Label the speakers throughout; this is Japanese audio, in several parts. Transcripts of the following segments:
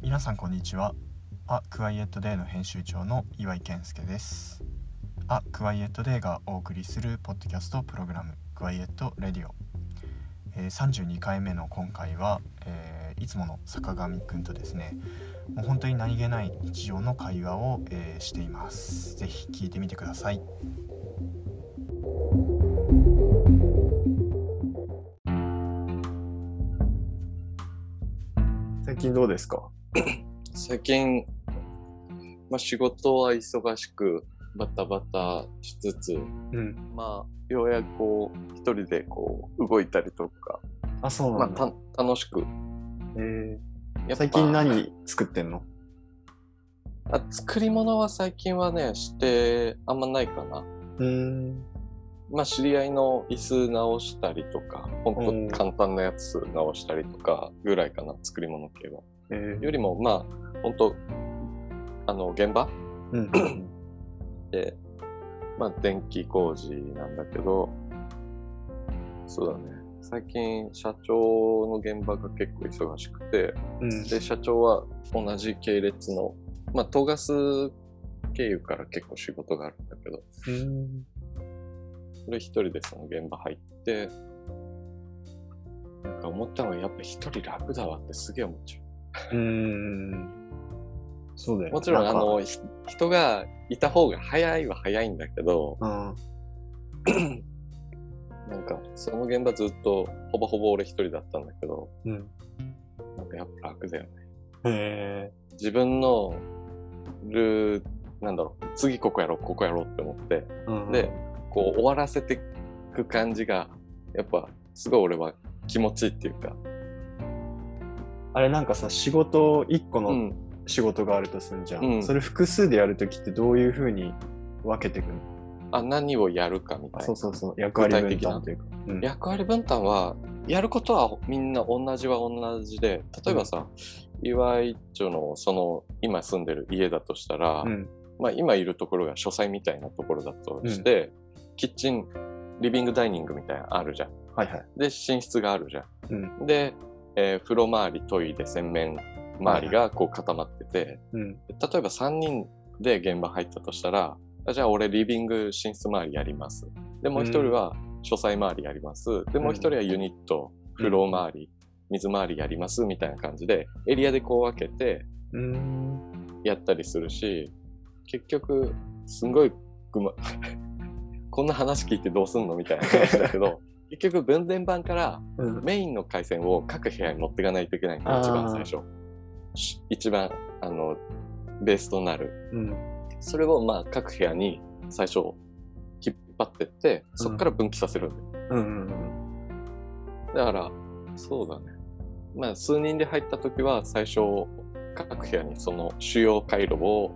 Speaker 1: 皆さんこんにちはあクワイエットデイの編集長の岩井健介ですあクワイエットデイがお送りするポッドキャストプログラムクワイエットレディオ、えー32回目の今回は、えーいつもの坂上くんとですねもう本当に何気ない日常の会話を、えーしていますぜひ聞いてみてください最近どうですか
Speaker 2: 最近、まあ、仕事は忙しくバタバタしつつ、
Speaker 1: うん
Speaker 2: まあ、ようやくこう一人でこう動いたりとか、
Speaker 1: あそう
Speaker 2: ま
Speaker 1: な
Speaker 2: あ、
Speaker 1: んだ、
Speaker 2: た楽しく
Speaker 1: えー
Speaker 2: やっぱ
Speaker 1: 最近何作ってんの
Speaker 2: あ作り物は最近はねしてあんまないかな、
Speaker 1: うん
Speaker 2: まあ、知り合いの椅子直したりとか
Speaker 1: う
Speaker 2: 本
Speaker 1: ん
Speaker 2: 当簡単なやつ直したりとかぐらいかな作り物系は
Speaker 1: えー
Speaker 2: よりもまあ本当あの現場
Speaker 1: うん
Speaker 2: で、まあ、電気工事なんだけど、そうだね。最近、社長の現場が結構忙しくて、
Speaker 1: うん
Speaker 2: で、社長は同じ系列の、まあ、東ガス経由から結構仕事があるんだけど、
Speaker 1: うん
Speaker 2: それ一人でその現場入って、なんか思ったのはやっぱ一人楽だわってすげえ思っちゃ
Speaker 1: うーんそうだよ
Speaker 2: う。
Speaker 1: ね
Speaker 2: もちろん、
Speaker 1: な
Speaker 2: あ
Speaker 1: か
Speaker 2: の、ひ人がいた方が早いは早いんだけど、
Speaker 1: うん
Speaker 2: なんか、その現場ずっと、ほぼほぼ俺一人だったんだけど、
Speaker 1: うん
Speaker 2: なんかやっぱ楽だよね。
Speaker 1: へえ
Speaker 2: 自分のルー、なんだろう、次ここやろう、ここやろうって思って、
Speaker 1: うん
Speaker 2: で、こう終わらせてく感じが、やっぱ、すごい俺は気持ちいいっていうか、
Speaker 1: あれなんかさ仕事1個
Speaker 2: う
Speaker 1: の
Speaker 2: ん。
Speaker 1: 仕事があるとすんじゃん、
Speaker 2: うん
Speaker 1: それ複数でやるときってどういうふうに分けてくの、
Speaker 2: あ、何をやるかみたいな。
Speaker 1: そうそうそう役割分担というか、うん
Speaker 2: 役割分担は、やることはみんな同じは同じで、例えばさ、岩井町のその今住んでる家だとしたら、
Speaker 1: うん
Speaker 2: まあ、今いるところが書斎みたいなところだとして、キッチンリビングダイニングみたいなのあるじゃん
Speaker 1: はいはい
Speaker 2: で寝室があるじゃん、で、えー風呂周りトイレ洗面周りがこう固まってて、
Speaker 1: うん
Speaker 2: 例えば3人で現場入ったとしたらあじゃあ俺リビング寝室周りやりますでもう1人は書斎周りやります、でもう1人はユニット風呂周り、水回りやりますみたいな感じでエリアでこう分けて
Speaker 1: うん
Speaker 2: やったりするし結局すんごいぐま こんな話聞いてどうすんのみたいな話だけ ど結局分電盤から
Speaker 1: うん
Speaker 2: メインの回線を各部屋に持っていかないといけないのが一番最初し一番あのベースとなる
Speaker 1: うん
Speaker 2: それをまあ各部屋に最初引っ張ってってそこから分岐させるんだよ、
Speaker 1: うんうん
Speaker 2: だからそうだねまあ数人で入った時は最初各部屋にその主要回路を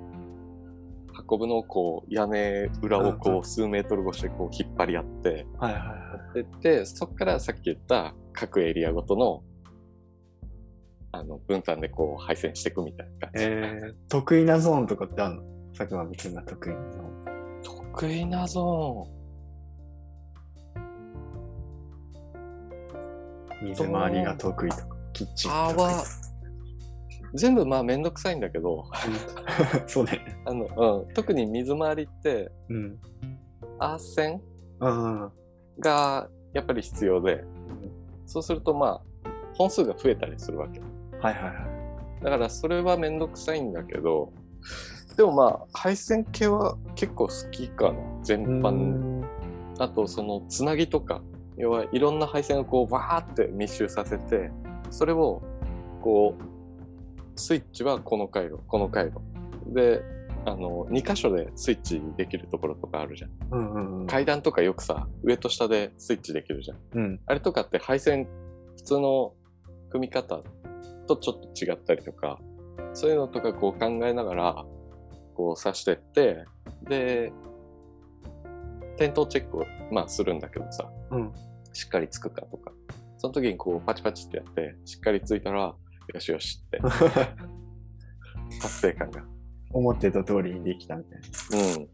Speaker 2: 運ぶのをこう屋根裏を
Speaker 1: うんう
Speaker 2: こ
Speaker 1: ん
Speaker 2: う数メートル越しでこう引っ張り合って
Speaker 1: はいはいは
Speaker 2: ででそこからさっき言った各エリアごとのあの分担でこう配線していくみたいな感
Speaker 1: い
Speaker 2: じ、
Speaker 1: えー、得意なゾーンとかってあるの佐久間君が得意なゾーン
Speaker 2: 得意なゾ
Speaker 1: 水回りが得意とかキッチ
Speaker 2: ー
Speaker 1: ン
Speaker 2: ン
Speaker 1: が
Speaker 2: あー
Speaker 1: 得意
Speaker 2: は全部まあめんどくさいんだけど
Speaker 1: とか そうだよね
Speaker 2: あの、うん、特に水回りって
Speaker 1: うん
Speaker 2: アーセン
Speaker 1: あ
Speaker 2: がやっぱり必要でそうするとまあ本数が増えたりするわけ
Speaker 1: あはいはいはい
Speaker 2: だからそれはめんどくさいんだけどでもまあ配線系は結構好きかな全般あとそのつなぎとか要はいろんな配線をこうバーって密集させてそれをこうスイッチはこの回路この回路であの2箇所でスイッチできるところとかあるじゃん
Speaker 1: うんうんうん
Speaker 2: 階段とかよくさ上と下でスイッチできるじゃん
Speaker 1: うん
Speaker 2: あれとかって配線普通の組み方とちょっと違ったりとかそういうのとかこう考えながらこう刺してってで点灯チェックをまあするんだけどさ
Speaker 1: うん
Speaker 2: しっかりつくかとかその時にこうパチパチってやってしっかりついたらよしよしって達成感が
Speaker 1: 思ってた通りにできたみたいな
Speaker 2: うん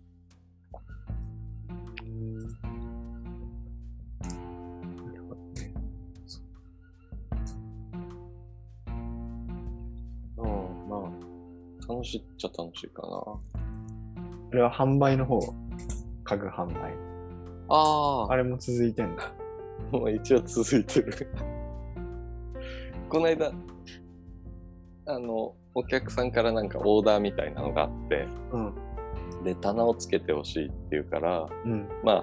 Speaker 2: うん、楽しいっちゃ楽しいかな。
Speaker 1: あれは販売の方、家具販売。
Speaker 2: あ
Speaker 1: あれも続いてんだ。
Speaker 2: あ、もう一応続いてる。この間、あの、お客さんからなんかオーダーみたいなのがあって、
Speaker 1: うん。
Speaker 2: で、棚をつけてほしいっていうから、
Speaker 1: うん。
Speaker 2: ま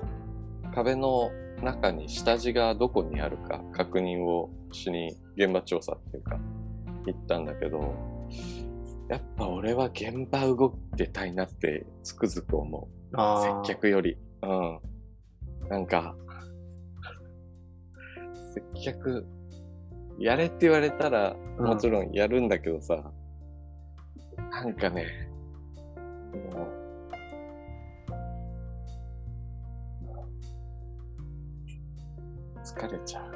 Speaker 2: あ、壁の中に下地がどこにあるか確認をしに現場調査っていうか行ったんだけど、やっぱ俺は現場動いてたいなってつくづく思う。
Speaker 1: ああ。
Speaker 2: 接客より。うん。なんか、接客、やれって言われたら、
Speaker 1: うん
Speaker 2: もちろんやるんだけどさ、なんかね、もう疲れちゃう。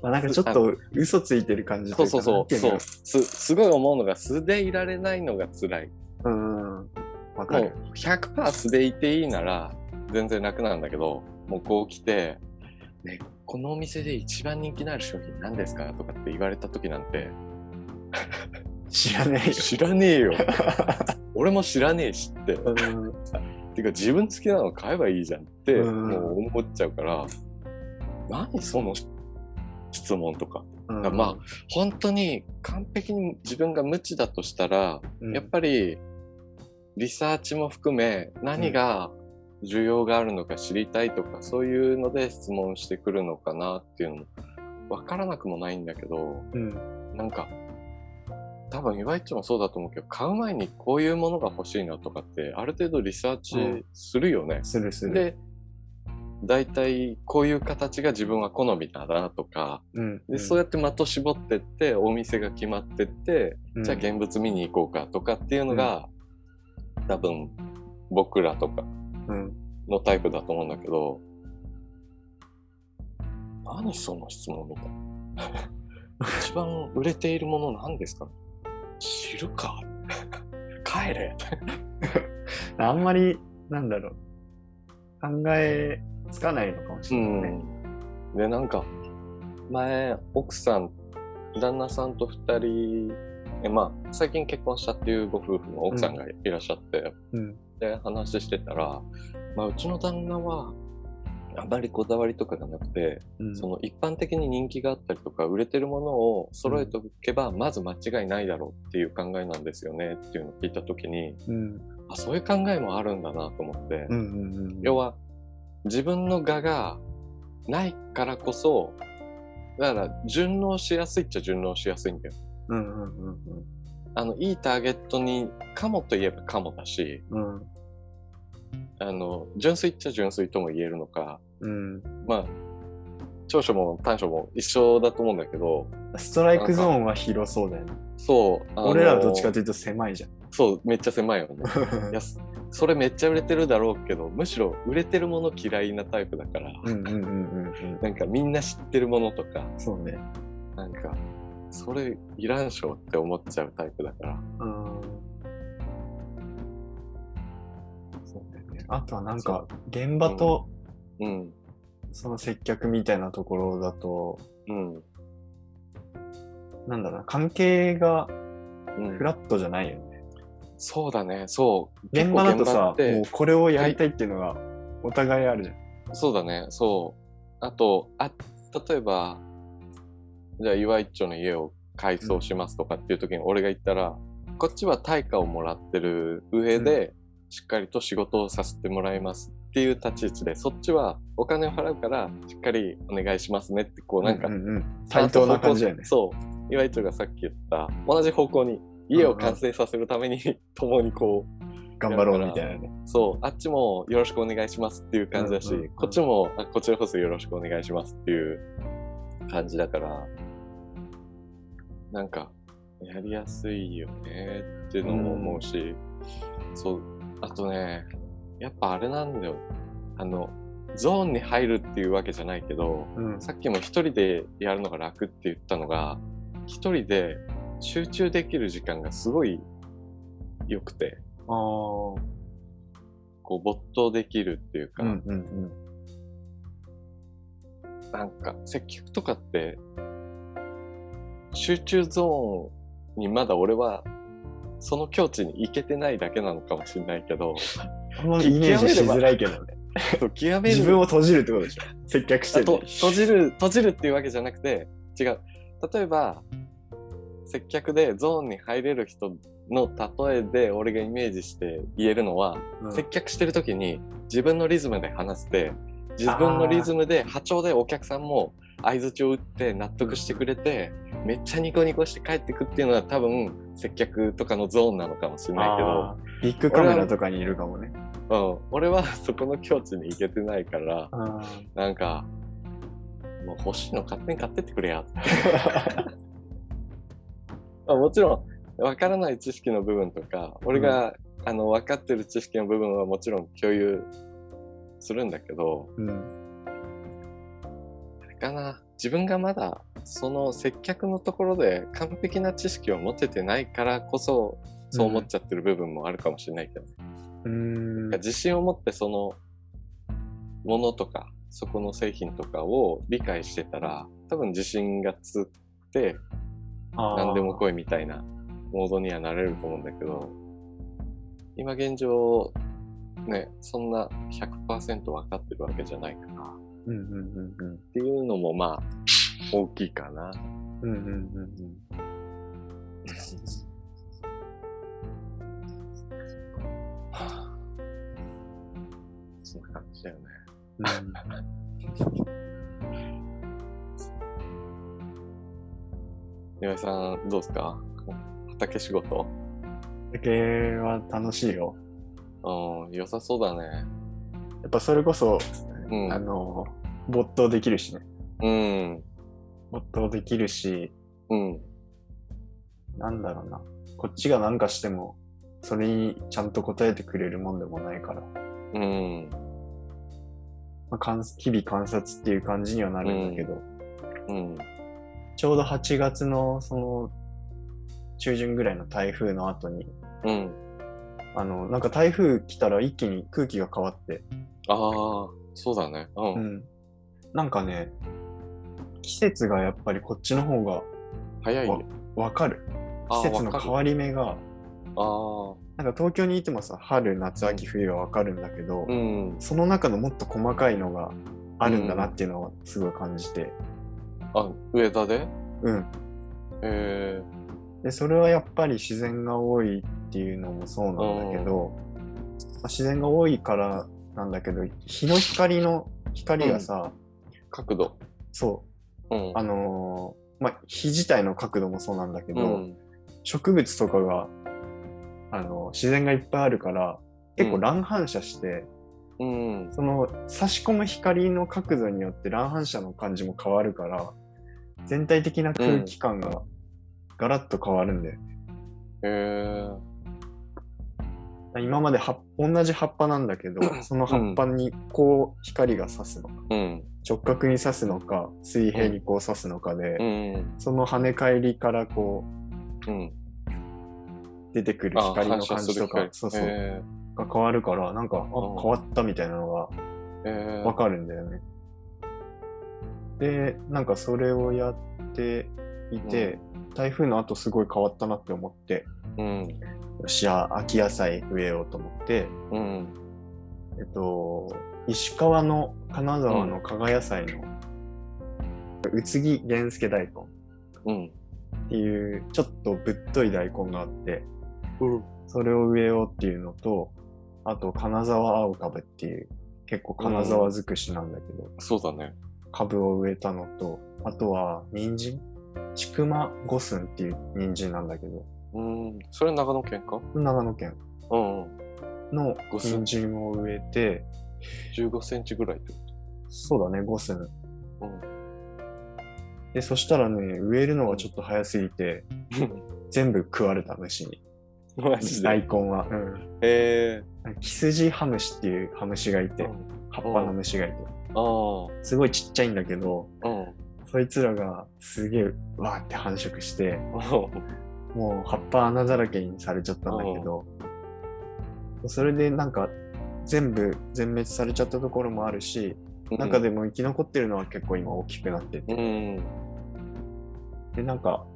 Speaker 1: まあ、なんかちょっと嘘ついてる感じと
Speaker 2: そ
Speaker 1: いうか
Speaker 2: そうそう。
Speaker 1: なんてい
Speaker 2: そ
Speaker 1: の
Speaker 2: うすすごい思うのが素でいられないのが辛い。
Speaker 1: うん。わか
Speaker 2: も
Speaker 1: る
Speaker 2: う。100%素でいていいなら全然楽なんだけど、もうこう来て、ね、このお店で一番人気のある商品何ですかとかって言われた時なん て、
Speaker 1: 知らないよ。
Speaker 2: 知らねえよ。 俺も知らねえしって。て
Speaker 1: うん
Speaker 2: か自分好きなの買えばいいじゃんって、
Speaker 1: うん
Speaker 2: もう思っちゃうから、何その質問とか。
Speaker 1: うん
Speaker 2: まあ、本当に完璧に自分が無知だとしたら、
Speaker 1: うん
Speaker 2: やっぱりリサーチも含め何が需要があるのか知りたいとか、そういうので質問してくるのかなっていうのも分からなくもないんだけど
Speaker 1: うん。
Speaker 2: なんか多分岩井っちもそうだと思うけど買う前にこういうものが欲しいなとかってある程度リサーチするよね。
Speaker 1: するする。
Speaker 2: で大体こういう形が自分は好みだなとか
Speaker 1: うん、
Speaker 2: で、そうやって的絞ってってお店が決まってって、
Speaker 1: うん
Speaker 2: じゃあ現物見に行こうかとかっていうのが、多分僕らとか
Speaker 1: うん。
Speaker 2: のタイプだと思うんだけど何その質問みたいな 一番売れているもの何ですか知るか帰れ
Speaker 1: あんまり、なんだろう。考えつかないのかもしれないね。
Speaker 2: うん、でなんか前奥さん旦那さんと2人えまあ最近結婚したっていうご夫婦の奥さんがいらっしゃって、
Speaker 1: うん。
Speaker 2: で話してたら、まあ、うちの旦那はあまりこだわりとかがなくて、
Speaker 1: うん。
Speaker 2: その一般的に人気があったりとか売れてるものを揃えておけばまず間違いないだろうっていう考えなんですよねっていうのを聞いた時に
Speaker 1: うん。
Speaker 2: あそういう考えもあるんだなと思って、
Speaker 1: うん。うんうん。
Speaker 2: 要は自分の画がないからこそだから順応しやすいっちゃ順応しやすいんだよ。
Speaker 1: うんうんうん
Speaker 2: あのいいターゲットにかもといえばかもだし
Speaker 1: うん。うん。
Speaker 2: あの純粋っちゃ純粋とも言えるのか
Speaker 1: うん。
Speaker 2: まあ長所も短所も一緒だと思うんだけど
Speaker 1: ストライクゾーンは広そうだよね。
Speaker 2: そうあの
Speaker 1: 俺らはどっちかというと狭いじゃん。
Speaker 2: そうめっちゃ狭いよ ねいやそそれめっちゃ売れてるだろうけどむしろ売れてるもの嫌いなタイプだから、
Speaker 1: うんうんうんうんうん。
Speaker 2: なんかみんな知ってるものとか
Speaker 1: そうね。
Speaker 2: なんか、それいらんしょって思っちゃうタイプだから。
Speaker 1: うん。そうだよね。あとはなんか、現場と
Speaker 2: うん。
Speaker 1: その接客みたいなところだと、
Speaker 2: うん。
Speaker 1: なんだろうな、関係が
Speaker 2: うん
Speaker 1: フ、ラットじゃないよね。
Speaker 2: そうだね、そう。
Speaker 1: 現場だと
Speaker 2: 結構現場
Speaker 1: さ
Speaker 2: っ、て
Speaker 1: もうこれをやりたいっていうのがお互いあるじゃん。
Speaker 2: そうだね、そう。あと、あ、例えば、じゃあ、岩一丁の家を改装しますとかっていう時に俺が言ったら、こっちは対価をもらってる上で、しっかりと仕事をさせてもらいますっていう立ち位置で、そっちはお金を払うから、しっかりお願いしますねって、こうなんか
Speaker 1: う、んうん、対等な感じだよね。
Speaker 2: そう。岩井町がさっき言った、同じ方向に、家を完成させる ために、共にこう、
Speaker 1: 頑張ろうみたいなね。
Speaker 2: そう、あっちもよろしくお願いしますっていう感じだし、
Speaker 1: うんうんうん
Speaker 2: こっちも、あこちらこそよろしくお願いしますっていう感じだから、なんか、やりやすいよねっていうのも思うし、そう、あとね、やっぱあれなんだよ。あの、ゾーンに入るっていうわけじゃないけど、
Speaker 1: うん
Speaker 2: さっきも一人でやるのが楽って言ったのが、一人で集中できる時間がすごい良くて、
Speaker 1: あー
Speaker 2: こう没頭できるっていうか、
Speaker 1: うんうん
Speaker 2: なんか接客とかって、集中ゾーンにまだ俺はその境地に行けてないだけなのかもしれない けど
Speaker 1: あんまイメージしづらいけどね。
Speaker 2: そう極める
Speaker 1: 自分を閉じるってことでしょ。接客して
Speaker 2: あ
Speaker 1: る
Speaker 2: と閉じる閉じるっていうわけじゃなくて違う例えば接客でゾーンに入れる人の例えで俺がイメージして言えるのは、
Speaker 1: うん
Speaker 2: 接客してる時に自分のリズムで話して自分のリズムで波長でお客さんも相槌を打って納得してくれて、めっちゃニコニコして帰ってくっていうのは多分接客とかのゾーンなのかもしれないけど
Speaker 1: あービッグカメラとかにいるかもね。
Speaker 2: うん、俺はそこの境地に行けてないから、
Speaker 1: あ
Speaker 2: なんか、もう欲しいの勝手に買ってってくれやって あもちろん、わからない知識の部分とか、俺が、あの、分かってる知識の部分はもちろん共有するんだけど、
Speaker 1: うん、
Speaker 2: あれかな、自分がまだ、その接客のところで完璧な知識を持ててないからこそ、そう思っちゃってる部分もあるかもしれないけど、
Speaker 1: うん
Speaker 2: 自信を持ってそのものとかそこの製品とかを理解してたら多分自信がつって何でも来いみたいなモードにはなれると思うんだけど今現状ねそんな100%分かってるわけじゃないからっ
Speaker 1: うんうんうんうん
Speaker 2: ていうのもまあ大きいかな。
Speaker 1: うんうんうん
Speaker 2: そんな感じだよね。
Speaker 1: うん
Speaker 2: 岩井さんどうですか畑仕事
Speaker 1: 酒は楽しいよ。
Speaker 2: うん良さそうだね。
Speaker 1: やっぱそれこそ、
Speaker 2: うん
Speaker 1: あの、没頭できるしね。
Speaker 2: うん。
Speaker 1: 没頭できるし、
Speaker 2: うん。
Speaker 1: なんだろうな。こっちが何かしても、それにちゃんと答えてくれるもんでもないから、ま
Speaker 2: うん。
Speaker 1: あ、観日々観察っていう感じにはなるんだけど、
Speaker 2: うん。
Speaker 1: ちょうど8月のその中旬ぐらいの台風の後に、
Speaker 2: うん。
Speaker 1: あの、なんか台風来たら一気に空気が変わって、
Speaker 2: ああ、そうだね。うん。
Speaker 1: うん。なんかね、季節がやっぱりこっちの方が
Speaker 2: 早いよ。
Speaker 1: わかる。
Speaker 2: あ
Speaker 1: 季
Speaker 2: ー
Speaker 1: 節の
Speaker 2: わかる
Speaker 1: 変わり目が、
Speaker 2: ああ、
Speaker 1: なんか東京にいてもさ、春、夏、秋、冬はわかるんだけど、
Speaker 2: うん。
Speaker 1: その中のもっと細かいのがあるんだなっていうのをすごい感じて、
Speaker 2: あ、上田で
Speaker 1: うん。
Speaker 2: え
Speaker 1: で、それはやっぱり自然が多いっていうのもそうなんだけど、まあ自然が多いからなんだけど、日の光の光がさ、
Speaker 2: ー、角度。
Speaker 1: そう、
Speaker 2: うん。
Speaker 1: あのーまあ、日自体の角度もそうなんだけ
Speaker 2: う
Speaker 1: ど、
Speaker 2: ん。
Speaker 1: 植物とかが、あの、自然がいっぱいあるから、結構乱反射して、
Speaker 2: うん。
Speaker 1: その差し込む光の角度によって乱反射の感じも変わるから、全体的な空気感がガラッと変わるんだよね。
Speaker 2: えー、
Speaker 1: 今まで葉同じ葉っぱなんだけど、その葉っぱにこう光が差すのか、
Speaker 2: うん。
Speaker 1: 直角に差すのか、水平にこう差すのかで、
Speaker 2: うん。
Speaker 1: その跳ね返りからこ
Speaker 2: うん。
Speaker 1: う出てくる
Speaker 2: あ
Speaker 1: 光の
Speaker 2: 反射
Speaker 1: 感
Speaker 2: す
Speaker 1: じ
Speaker 2: る
Speaker 1: とか
Speaker 2: 光、
Speaker 1: そうそう、
Speaker 2: え
Speaker 1: が変わるから、なんか、あ、変
Speaker 2: うん
Speaker 1: わったみたいなのが
Speaker 2: ー、えー、
Speaker 1: わかるんだよね。で、なんかそれをやっていて、台風の後すごい変わったなって思って、
Speaker 2: うん。
Speaker 1: よっしゃ、秋野菜植えようと思って、
Speaker 2: うん。
Speaker 1: えっと、石川の金沢の加賀野菜の、宇津木源助大根
Speaker 2: うん。
Speaker 1: っていう、ちょっとぶっとい大根があって、
Speaker 2: うん。
Speaker 1: それを植えようっていうのと、あと金沢青株っていう、結構金沢尽くしなんだけど、
Speaker 2: そうだね。
Speaker 1: 株を植えたのと、あとは人参ちくま五寸っていう人参なんだけど、
Speaker 2: うん。それ長野県か
Speaker 1: 長野県
Speaker 2: うん。
Speaker 1: の
Speaker 2: 五寸
Speaker 1: 人参を植えて、
Speaker 2: 15センチぐらい ってこ
Speaker 1: そうだね、五寸。
Speaker 2: と。
Speaker 1: で、そしたらね、植えるのがちょっと早すぎて、全部食われた虫に。
Speaker 2: うん。マジ
Speaker 1: 大
Speaker 2: で。
Speaker 1: 根は。うん。
Speaker 2: え
Speaker 1: キスジハムシっていうハムシがい
Speaker 2: ー、
Speaker 1: て、葉っぱの虫がいて、
Speaker 2: ああ、
Speaker 1: すごいちっちゃいんだけど、
Speaker 2: うん。
Speaker 1: そいつらがすげえわーって繁殖して、
Speaker 2: う
Speaker 1: もう葉っぱ穴だらけにされちゃったんだけど、それでなんか全部全滅されちゃったところもあるし、
Speaker 2: ん
Speaker 1: 中でも生き残ってるのは結構今大きくなって
Speaker 2: う
Speaker 1: て、
Speaker 2: ん。
Speaker 1: でなんか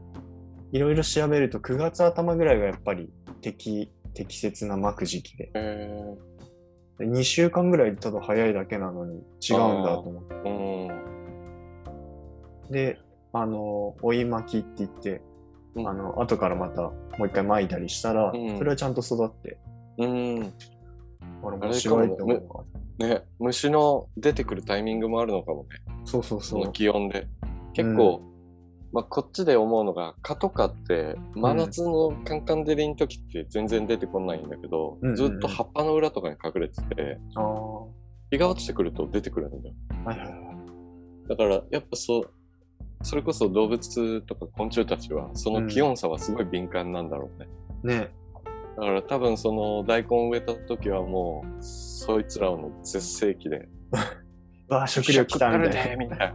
Speaker 1: いろいろ調べると9月頭ぐらいがやっぱり適適切な巻く時期で
Speaker 2: え
Speaker 1: で2週間ぐらいただ早いだけなのに違うんだと思って
Speaker 2: ー、うん。
Speaker 1: であの追い巻きって言って、
Speaker 2: うん
Speaker 1: あの後からまたもう一回巻いたりしたら、
Speaker 2: うん
Speaker 1: それはちゃんと育って
Speaker 2: うん。
Speaker 1: あれ面白いと思うわ
Speaker 2: ね、虫の出てくるタイミングもあるのかもね。
Speaker 1: そうそう
Speaker 2: そ
Speaker 1: そ
Speaker 2: の
Speaker 1: う
Speaker 2: 気温で。結構、まあ、こっちで思うのが蚊とかって真夏のカンカン照りの時って全然出てこないんだけど、
Speaker 1: うんうんうん
Speaker 2: ずっと葉っぱの裏とかに隠れてて
Speaker 1: ああ
Speaker 2: 日が落ちてくると出てくるんだよ
Speaker 1: はいはいはい
Speaker 2: だからやっぱそうそれこそ動物とか昆虫たちはその気温差はすごい敏感なんだろうね、
Speaker 1: ね
Speaker 2: だから多分その大根植えた時はもうそいつらの絶世紀で
Speaker 1: わあ食料来たみたいな
Speaker 2: みたいな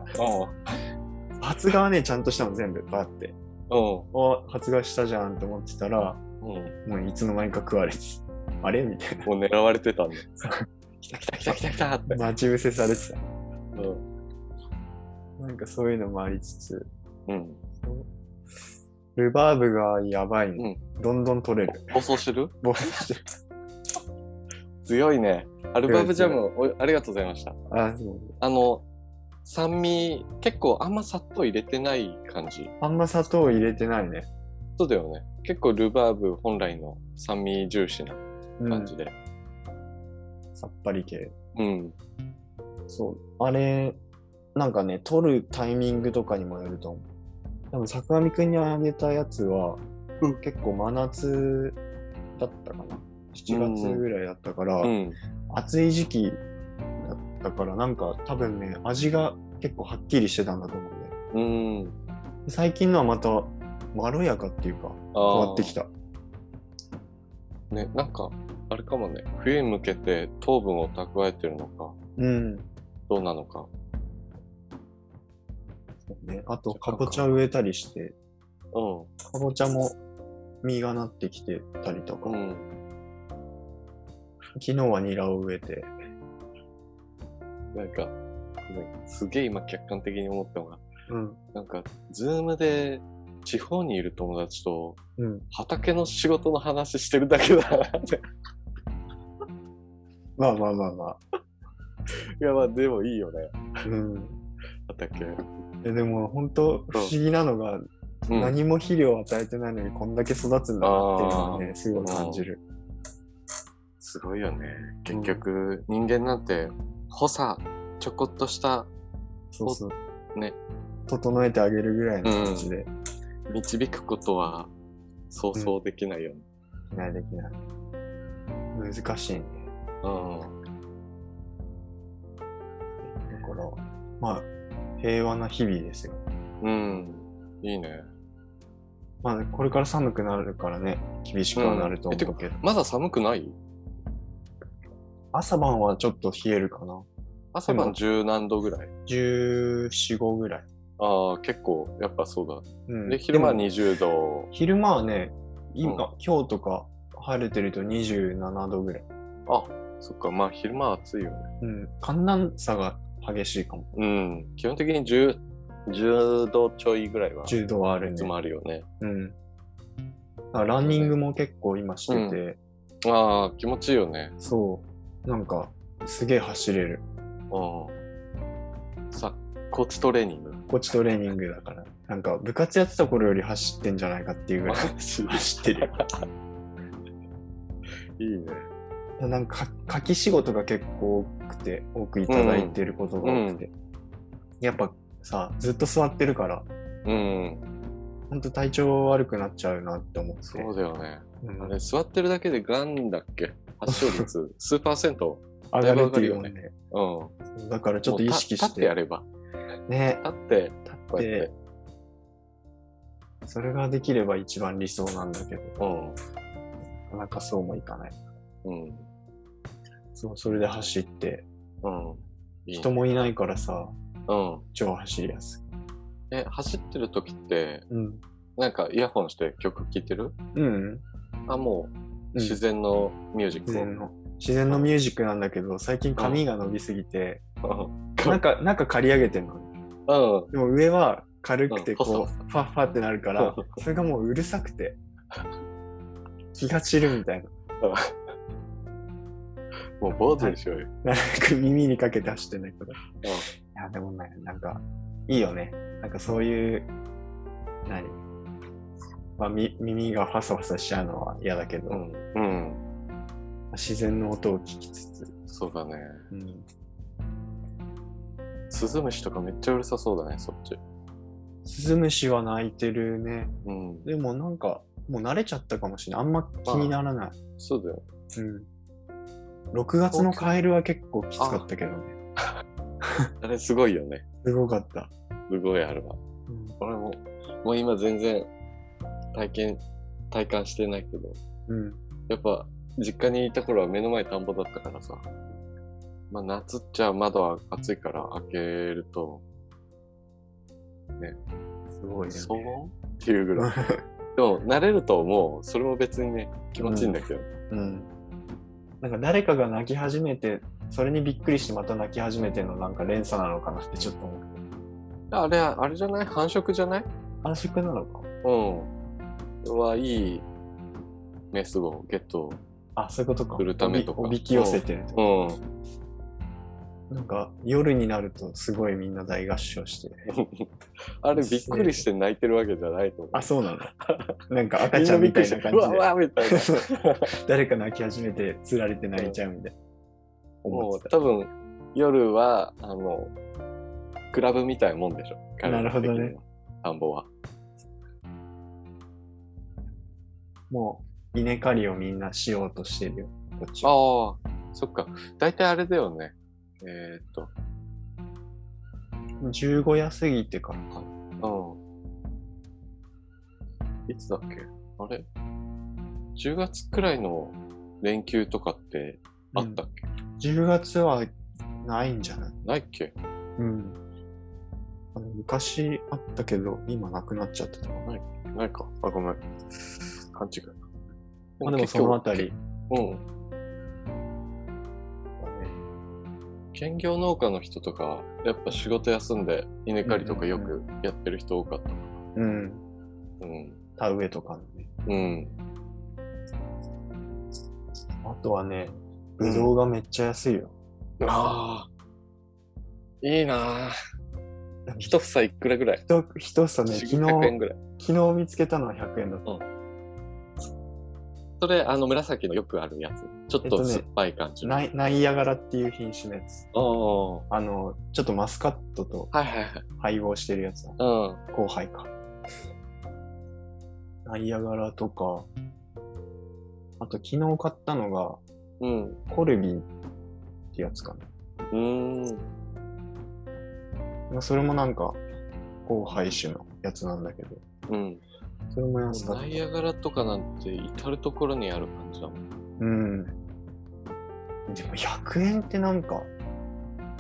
Speaker 1: 発芽はねちゃんとしたの全部バーって
Speaker 2: う
Speaker 1: あ発芽したじゃんって思ってたら
Speaker 2: んうんうん
Speaker 1: もういつの間にか食われてあれみたいな
Speaker 2: もう狙われてたんだ 来た来た来た来た来たって、
Speaker 1: 待ち伏せされてた
Speaker 2: うん
Speaker 1: なんかそういうのもありつつ
Speaker 2: うん。
Speaker 1: ルバーブがやばいね、どんどん取れる
Speaker 2: 放送してる
Speaker 1: 暴走してる
Speaker 2: 強いね。アルバムジャム、おありがとうございました。
Speaker 1: あそう
Speaker 2: あの、酸味、結構あんま砂糖入れてない感じ。
Speaker 1: あんま砂糖入れてないね、
Speaker 2: そうだよね。結構ルバーブ本来の酸味重視な
Speaker 1: うん
Speaker 2: 感じで。
Speaker 1: さっぱり系
Speaker 2: うん。
Speaker 1: そうあれなんかね取るタイミングとかにもよると思う多分坂上くんにあげたやつは、
Speaker 2: うん
Speaker 1: 結構真夏だったかな7月ぐらいだったから、
Speaker 2: うん。
Speaker 1: 暑い時期だったからなんか多分ね味が結構はっきりしてたんだと思うんだよ
Speaker 2: うん。
Speaker 1: 最近のはまたまろやかっていうか
Speaker 2: 変
Speaker 1: 変わってき
Speaker 2: た。
Speaker 1: た
Speaker 2: ね、なんか、あれかもね。冬に向けて糖分を蓄えてるのか、
Speaker 1: うん
Speaker 2: どうなのか。
Speaker 1: ね、あとかぼちゃ植えたりして
Speaker 2: うん。
Speaker 1: かぼちゃも実がなってきてたりとか、
Speaker 2: うん。
Speaker 1: 昨日はニラを植えて
Speaker 2: なんか、ねすげえ今客観的に思ったのが、
Speaker 1: うん
Speaker 2: なんか、ズームで地方にいる友達と
Speaker 1: うん
Speaker 2: 畑の仕事の話してるだけだな って。
Speaker 1: まあまあまあま
Speaker 2: いや、まあでもいいよね、
Speaker 1: あ、うん、
Speaker 2: 畑。
Speaker 1: えでも本当不思議なのが、
Speaker 2: うん
Speaker 1: 何も肥料を与えてないのにこんだけ育つんだなっていうのをねすごい感じる、
Speaker 2: すごいよね。結局、人間なんて、補佐、ちょこっとした
Speaker 1: そうそう
Speaker 2: ね
Speaker 1: 整えてあげるぐらいの感じで、
Speaker 2: 導くことは、そうそうできないよね。
Speaker 1: できないできない難しいね
Speaker 2: うん。
Speaker 1: だからまあ平和な日々ですよ
Speaker 2: うん。いいね。
Speaker 1: まあこれから寒くなるからね厳しくはなると思うけど、
Speaker 2: まだ寒くない
Speaker 1: 朝晩はちょっと冷えるかな
Speaker 2: 朝晩十何度ぐらい。
Speaker 1: 1415ぐらい、
Speaker 2: ああ、結構、やっぱそう
Speaker 1: うん
Speaker 2: だ。で、昼間
Speaker 1: でも
Speaker 2: 20度。
Speaker 1: 昼間はね今、
Speaker 2: うん
Speaker 1: 今日とか晴れてると27度ぐらい、
Speaker 2: そっか、まあ昼間は暑いよね。
Speaker 1: うん、寒暖差が激しいかも
Speaker 2: うん。基本的に 10, 10度ちょいぐらいは、い
Speaker 1: 10度はあるね
Speaker 2: つもあるよね。
Speaker 1: うんだからランニングも結構今してて、
Speaker 2: ああ、気持ちいいよね。
Speaker 1: そうなんかすげえ走れる
Speaker 2: うん。さ、コーチトレーニング。
Speaker 1: コーチトレーニングだからなんか部活やってた頃より走ってんじゃないかっていうぐらい
Speaker 2: 走ってる。いいね。
Speaker 1: なんかか書き仕事が結構多くて多くいただいてることが多くて、やっぱさずっと座ってるから
Speaker 2: うん。
Speaker 1: ほんと体調悪くなっちゃうなって思って
Speaker 2: そうだよね。
Speaker 1: うん
Speaker 2: あれ、座ってるだけでがんだっけ発症 率、数パーセント。
Speaker 1: 上がるっていうよね
Speaker 2: うん。
Speaker 1: だからちょっと意識
Speaker 2: もうた
Speaker 1: し
Speaker 2: 立ってや
Speaker 1: て
Speaker 2: れば。
Speaker 1: ね
Speaker 2: 立って、こうやっ
Speaker 1: で
Speaker 2: て。
Speaker 1: それができれば一番理想なんだけどな
Speaker 2: うん。
Speaker 1: かなかそうもいかない
Speaker 2: うん。
Speaker 1: そうそれで走って
Speaker 2: うん。いいね
Speaker 1: 人もいないからさ
Speaker 2: うん。
Speaker 1: 超走りやす
Speaker 2: え、走ってる時って、
Speaker 1: い、うん、
Speaker 2: なんかイヤホンして曲聴いてる
Speaker 1: うん
Speaker 2: あ、もう、
Speaker 1: 自
Speaker 2: 自
Speaker 1: 然
Speaker 2: 然のミュージック。
Speaker 1: の自然のミュージックなんだけど最近髪が伸びすぎて、
Speaker 2: うん。
Speaker 1: なんか、なんか刈り上げてんのね。
Speaker 2: うん。
Speaker 1: でも上は軽くて
Speaker 2: うん
Speaker 1: こ
Speaker 2: ファ
Speaker 1: う、ファッファってなるから、それがもううるさくて、気が散るみたいな。
Speaker 2: もう坊主にしようよ。
Speaker 1: なるべく耳にかけて走ってんだけど。い
Speaker 2: うん
Speaker 1: や、でもね、なんか、いいよね。なんかそういう、何まあ、み耳がファサファサしちゃうのは嫌だけど、
Speaker 2: うん。うん。
Speaker 1: 自然の音を聞きつつ、
Speaker 2: そうだね。
Speaker 1: うん、
Speaker 2: スズムシとかめっちゃうるさそうだね、そっち。
Speaker 1: スズムシは鳴いてるね。
Speaker 2: うん。
Speaker 1: でもなんか、もう慣れちゃったかもしれない。あんま気にならない。
Speaker 2: そうだよ。
Speaker 1: うん。6月のカエルは結構きつかったけどね。
Speaker 2: あれすごいよね。
Speaker 1: すごかった。
Speaker 2: すごいあれは。俺も、もう今全然体験、体感してないけど、
Speaker 1: うん。
Speaker 2: やっぱ実家にいた頃は目の前田んぼだったからさ、まあ夏っちゃ窓は暑いから開けると、
Speaker 1: すごいね。
Speaker 2: 騒音っていう ぐらい。でも慣れるともう、それも別にね、気持ちいいんだけど。
Speaker 1: うん。なんか誰かが泣き始めて、それにびっくりしてまた泣き始めてのなんか連鎖なのかなってちょっと思う。
Speaker 2: あれ、あれじゃない繁殖じゃない
Speaker 1: 繁殖なのか
Speaker 2: うん。は、いいメスをゲット。
Speaker 1: あ、そういうことか。
Speaker 2: 売るためとか
Speaker 1: おびおびき寄せてるとか
Speaker 2: うん。
Speaker 1: なんか夜になるとすごいみんな大合唱して。
Speaker 2: あれびっくりして泣いてるわけじゃないと思う。
Speaker 1: あ、そうな のなんか
Speaker 2: み
Speaker 1: 赤
Speaker 2: ん
Speaker 1: ちゃ
Speaker 2: なんび
Speaker 1: み
Speaker 2: っく
Speaker 1: た
Speaker 2: り
Speaker 1: い
Speaker 2: して、
Speaker 1: な感
Speaker 2: うわう
Speaker 1: じ
Speaker 2: わみたいな。
Speaker 1: で。誰か泣き始めて、つられて泣いちゃうみたいな。
Speaker 2: も
Speaker 1: 思っ
Speaker 2: う
Speaker 1: て
Speaker 2: 多分夜はあのクラブみたいなもんでしょ
Speaker 1: なるほどね。
Speaker 2: 田んぼは。
Speaker 1: た。もう稲刈りをみんなしようとしてるよ。こっちは。
Speaker 2: ああ、そっか。大体あれだよね。えー、っと、
Speaker 1: 15夜過ぎてからかな。
Speaker 2: うん。いつだっけあれ ?10 月くらいの連休とかってあったっけ、
Speaker 1: 10月はないんじゃない
Speaker 2: ないっけ
Speaker 1: うん。あの昔あったけど、今なくなっちゃったとか。
Speaker 2: ないか。あ、ごめん。勘違い。
Speaker 1: まあでもそのあた
Speaker 2: 結
Speaker 1: り、
Speaker 2: 局。うん。兼業農家の人とか、やっぱ仕事休んで稲刈りとかよくやってる人多かった。
Speaker 1: うん。
Speaker 2: うん。
Speaker 1: 田植えとかのね。
Speaker 2: うん。
Speaker 1: あとはね、ぶどうがめっちゃ安いよ。
Speaker 2: ああ。いいなあ。一房いくらぐらい
Speaker 1: 一一房ね、昨日、
Speaker 2: 400円ぐらい。
Speaker 1: 昨日見つけたのは100円だった。
Speaker 2: それ、あの、紫のよくあるやつ。ちょっ
Speaker 1: えっと
Speaker 2: と
Speaker 1: ね
Speaker 2: 酸っぱい感じの。
Speaker 1: ナイナイアガラっていう品種のやつ。
Speaker 2: ああ。は
Speaker 1: あの、ちょっとマスカットと
Speaker 2: いはいはい。
Speaker 1: 配合してるやつだ。
Speaker 2: うん。
Speaker 1: 後輩か。ナイアガラとか、あと昨日買ったのが、
Speaker 2: うん。
Speaker 1: コルビーってやつかな。
Speaker 2: うーん。
Speaker 1: まあ、それもなんか、後輩種のやつなんだけど、
Speaker 2: うん。
Speaker 1: それも安かっ
Speaker 2: ナイ
Speaker 1: た。
Speaker 2: アガラとかなんて至るところにある感じだもん。
Speaker 1: うん。でも100円ってなんか、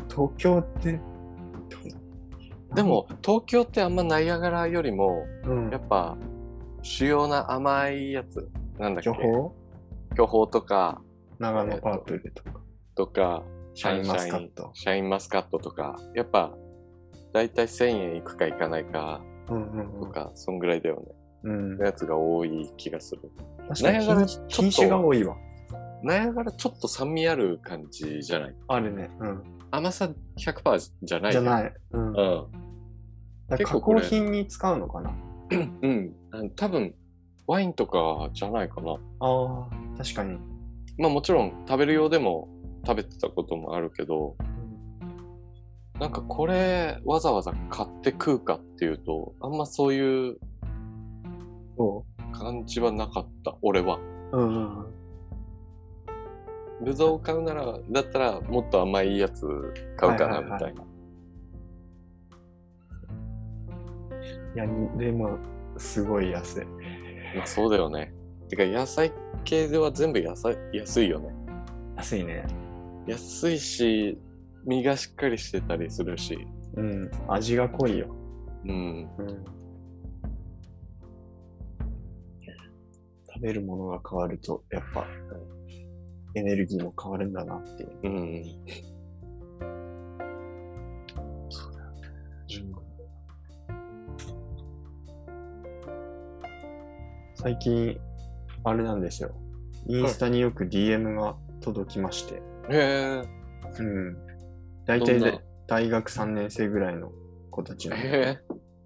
Speaker 1: 東京って、
Speaker 2: でも、東京ってあんまナイアガラよりも、
Speaker 1: うん
Speaker 2: や、っぱ、主要な甘いやつ。なんだっけ
Speaker 1: 巨峰
Speaker 2: 巨峰とか、
Speaker 1: 長野パープルとか、
Speaker 2: とか、
Speaker 1: シャインマスカット。
Speaker 2: シャインマスカットとか、やっぱ、だいたい1000円いくかいかないか
Speaker 1: うんう
Speaker 2: と
Speaker 1: ん
Speaker 2: か、そんぐらいだよね。
Speaker 1: うん。うん
Speaker 2: の、やつが多い気がする。
Speaker 1: 確か
Speaker 2: ナ
Speaker 1: に
Speaker 2: イアガ
Speaker 1: 品
Speaker 2: ラちょっと
Speaker 1: 品種が多いわ。
Speaker 2: ナイアガラちょっと酸味ある感じじゃない
Speaker 1: あるね。うん。
Speaker 2: 甘さ100%じゃない。
Speaker 1: じゃ
Speaker 2: い。
Speaker 1: ない。うん。
Speaker 2: う
Speaker 1: だ
Speaker 2: ん。
Speaker 1: から
Speaker 2: 結
Speaker 1: 加
Speaker 2: 構これ
Speaker 1: 工品に使うのかな
Speaker 2: うんあの。多分、ワインとかじゃないかな。
Speaker 1: ああ、確かに。
Speaker 2: まあもちろん食べる用でも食べてたこともあるけど、なんかこれわざわざ買って食うかっていうと、あんまそういう
Speaker 1: そ
Speaker 2: 感じはなかった、俺は。
Speaker 1: う。うんうんうん。
Speaker 2: ブドウ買うなら、だったらもっと甘いやつ買うかな、
Speaker 1: はいはいはい
Speaker 2: みたいな。
Speaker 1: いや、にでも、すごい安い。
Speaker 2: まあそうだよね。てか野菜系では全部野菜、安いよね。
Speaker 1: 安いね。
Speaker 2: 安いし、身がしっかりしてたりするし。
Speaker 1: うん。味が濃いよ。
Speaker 2: うん。
Speaker 1: うん。食べるものが変わると、やっぱ、エネルギーも変わるんだなっていう。
Speaker 2: うん。
Speaker 1: 最近、あれなんですよ。インスタによく DM が届きまして。
Speaker 2: へえ。
Speaker 1: うん。大体
Speaker 2: どんな
Speaker 1: で、大学3年生ぐらいの子たちの。い
Speaker 2: へえ。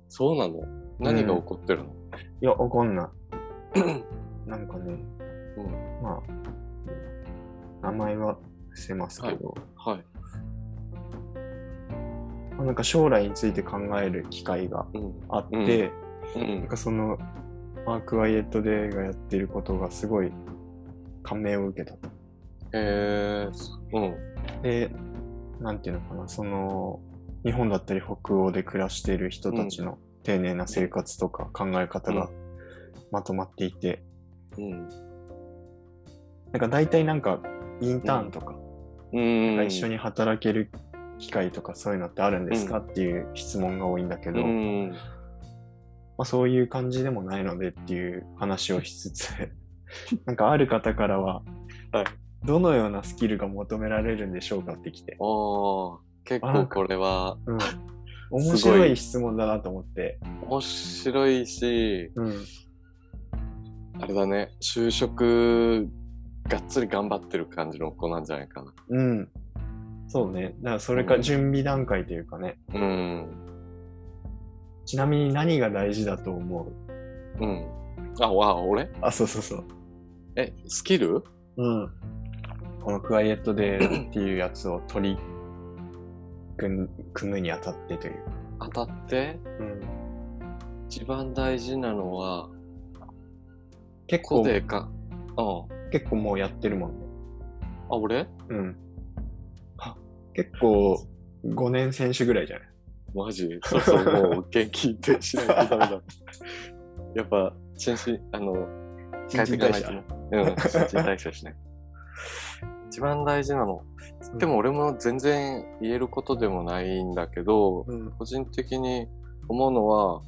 Speaker 2: そうなの何が起こってるの
Speaker 1: や、わかんない。なんかね、
Speaker 2: うん。
Speaker 1: まあ、名前は伏せますけど、
Speaker 2: はい。
Speaker 1: まあなんか将来について考える機会が
Speaker 2: うん。
Speaker 1: あって、
Speaker 2: うんうん
Speaker 1: なん。かその、まあ、クワイエットデーがやってることがすごい感銘を受けたと。
Speaker 2: へえ。うん。
Speaker 1: で、なんていうのかな、その、日本だったり北欧で暮らしている人たちの丁寧な生活とか考え方がまとまっていて、
Speaker 2: うん。
Speaker 1: なんか大体なんかインターンとか
Speaker 2: うん。
Speaker 1: が一緒に働ける機会とかそういうのってあるんですかっていう質問が多いんだけ
Speaker 2: う
Speaker 1: ど、ま
Speaker 2: ん。
Speaker 1: あ、そういう感じでもないのでっていう話をしつつ なんかある方からは、
Speaker 2: はい
Speaker 1: どのようなスキルが求められるんでしょうかってきて、
Speaker 2: おー。結
Speaker 1: あなん
Speaker 2: 構
Speaker 1: か
Speaker 2: これは
Speaker 1: うん、
Speaker 2: ごい
Speaker 1: 面白い質問だなと思って、
Speaker 2: 面白いし、
Speaker 1: うん、
Speaker 2: あれだね、就職、がっつり頑張ってる感じの子なんじゃないかな。
Speaker 1: うん。そうね。だからそれか準備段階というかね。
Speaker 2: うん。
Speaker 1: ちなみに何が大事だと思う
Speaker 2: うん。あ、わあ、俺
Speaker 1: あ、そうそうそう。
Speaker 2: え、スキル
Speaker 1: うん。このクワイエットデーっていうやつを取り組む組むにあたってという。
Speaker 2: 当たって
Speaker 1: うん、
Speaker 2: 一番大事なのは、
Speaker 1: 結
Speaker 2: コ
Speaker 1: 構、
Speaker 2: デか。うん。
Speaker 1: 結構もうやってるもんね。
Speaker 2: あ、俺
Speaker 1: うん
Speaker 2: あ。
Speaker 1: 結構、5年選手ぐらいじゃない
Speaker 2: マジそうそう、もう現金停止しないとダメだ。やっぱ、新進、あの、変えていかないとね。うん、新陳代謝し ない。一番大事なの。でも、俺も全然言えることでもないんだけど、
Speaker 1: うん。
Speaker 2: 個人的に思うのは、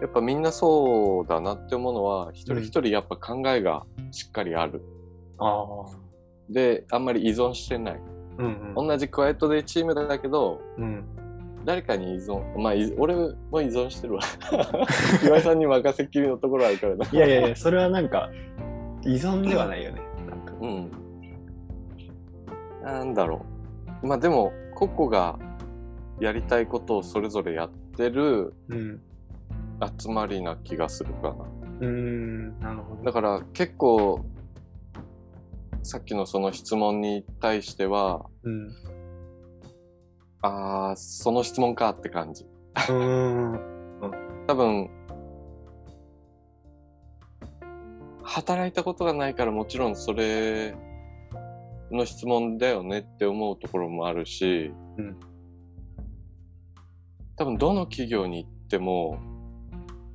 Speaker 2: やっぱみんなそうだなって思うのは、一人一人やっぱ考えがしっかりある。
Speaker 1: ああ。
Speaker 2: で、あんまり依存してない。
Speaker 1: うん
Speaker 2: 同じクワイエットでチームだけど、
Speaker 1: うん。うん。
Speaker 2: 誰かに依存、まあ、い俺も依存して るわ。岩井さんに任せっきりのところあるからな。
Speaker 1: いやいやいや、それはなんか、依存ではないよね。なんか
Speaker 2: うん。なんだろう。まあでも、個々がやりたいことをそれぞれやってる
Speaker 1: うん。
Speaker 2: 集まりな気がするかな。
Speaker 1: うーん、なるほど。
Speaker 2: だから結構、さっきのその質問に対しては、
Speaker 1: うん。う
Speaker 2: ああ、その質問かって感じ。
Speaker 1: ーん。
Speaker 2: 多分、働いたことがないからもちろんそれの質問だよねって思うところもあるし、
Speaker 1: うん
Speaker 2: 多分どの企業に行っても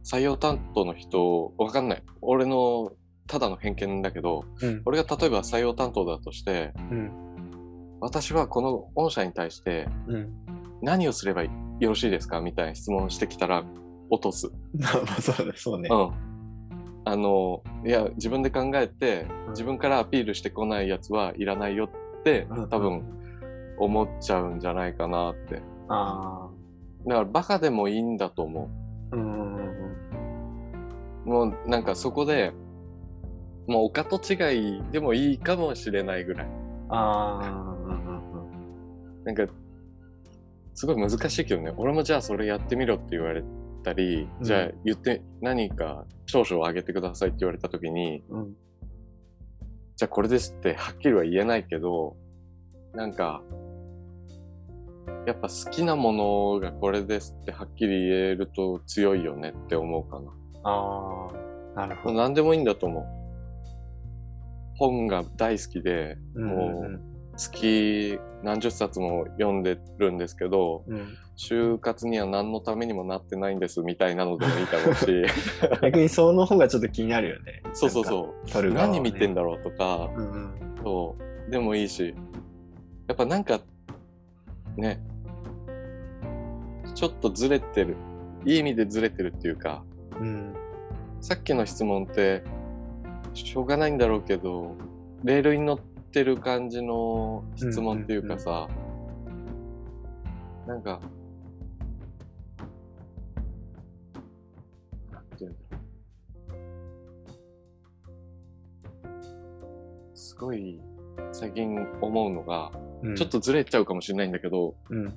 Speaker 2: 採用担当の人、わかんない。俺のただの偏見だけど、
Speaker 1: うん。
Speaker 2: 俺が例えば採用担当だとして、
Speaker 1: うん。
Speaker 2: 私はこの御社に対して
Speaker 1: うん。
Speaker 2: 何をすればよろしいですかみたいな質問をしてきたら落とす。
Speaker 1: まあまあ、そうね。そうね。
Speaker 2: うん。あの、いや、自分で考えて、自分からアピールしてこないやつはいらないよって
Speaker 1: うん、
Speaker 2: 多分、思っちゃうんじゃないかなって。だ
Speaker 1: あ
Speaker 2: から、バカでもいいんだと思
Speaker 1: あ。うーん。
Speaker 2: う。もう、なんかそこで、もう、おかと違いでもいいかもしれないぐらい。
Speaker 1: ああ。
Speaker 2: なんか、すごい難しいけどね。俺もじゃあそれやってみろって言われたり、
Speaker 1: うん
Speaker 2: じゃあ言って、何か長所を上げてくださいって言われた時に、
Speaker 1: うん。
Speaker 2: じゃあこれですってはっきりは言えないけど、なんか、やっぱ好きなものがこれですってはっきり言えると強いよねって思うか
Speaker 1: ああ。なるほ
Speaker 2: な。
Speaker 1: ど。
Speaker 2: 何でもいいんだと思う。本が大好きで、も
Speaker 1: う
Speaker 2: うん月何十冊も読んでるんですけど、
Speaker 1: うんうん。
Speaker 2: 就活には何のためにもなってないんですみたいなのでもいいだろうし、
Speaker 1: 逆にその方がちょっと気になるよね。
Speaker 2: そうそう
Speaker 1: う。
Speaker 2: そう。
Speaker 1: 取る側はね
Speaker 2: 何見てんだろうとか、
Speaker 1: うんうん。
Speaker 2: そう。でもいいし。やっぱなんか、ね。ちょっとずれてる。いい意味でずれてるっていうか、
Speaker 1: うん。
Speaker 2: さっきの質問って、しょうがないんだろうけど、レールに乗ってる感じの質問っていうかさ、なんか、なんていうんだろうすごい最近思うのが、
Speaker 1: うん
Speaker 2: ちょっとずれちゃうかもしれないんだけど、
Speaker 1: うん。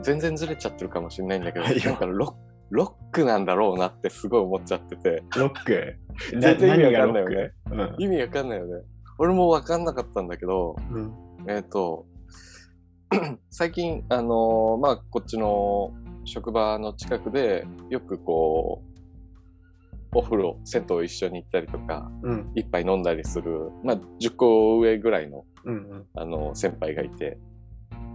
Speaker 2: 全然ずれちゃってるかもしれないんだけど、
Speaker 1: はいよ
Speaker 2: なんかロロックなんだろうなってすごい思っちゃってて、
Speaker 1: ロック。
Speaker 2: 全然意味わかんないよ
Speaker 1: ね
Speaker 2: ね。。意味わかんないよね。俺もわかんなかったんだけど、
Speaker 1: うん。
Speaker 2: えっ、と、 最近、あのーまあ、こっちの職場の近くで、よくこう、お風呂、銭湯一緒に行ったりとか、
Speaker 1: うん。
Speaker 2: 一杯飲んだりする、まあ、10個上ぐらいの、
Speaker 1: うん。うん。
Speaker 2: あの、先輩がいて、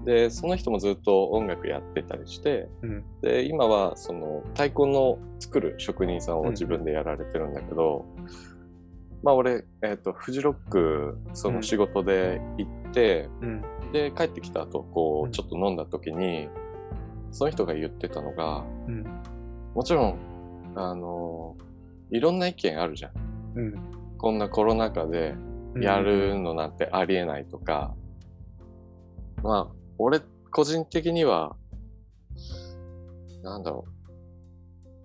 Speaker 2: で、その人もずっと音楽やってたりして、
Speaker 1: うん
Speaker 2: で、今は、その、太鼓の作る職人さんを自分でやられてるんだけど、まあ、俺、えっ、と、フジロック、その仕事で行って、
Speaker 1: うん。
Speaker 2: で帰ってきた後こ
Speaker 1: うん
Speaker 2: うちょっと飲んだ時に、その人が言ってたのが
Speaker 1: うん。
Speaker 2: もちろんあのいろんな意見あるじゃん
Speaker 1: うん。
Speaker 2: こんなコロナ禍で
Speaker 1: うん
Speaker 2: や。るのなんてありえないとか、まあ俺個人的にはなんだろ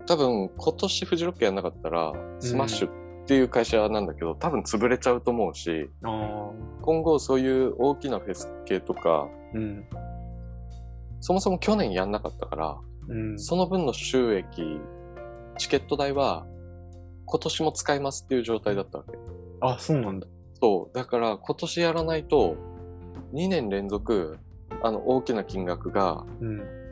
Speaker 2: う多分今年フジロックやんなかったらスマッシュっていう会社なんだけど、多分潰れちゃうと思うし
Speaker 1: ああ。
Speaker 2: 今後そういう大きなフェス系とか
Speaker 1: うん。
Speaker 2: そもそも去年やんなかったから、
Speaker 1: うん。
Speaker 2: その分の収益、チケット代は今年も使いますっていう状態だったわけ。
Speaker 1: あ、そうなんだ。
Speaker 2: そう。だから今年やらないと、2年連続、あの、大きな金額が
Speaker 1: うん。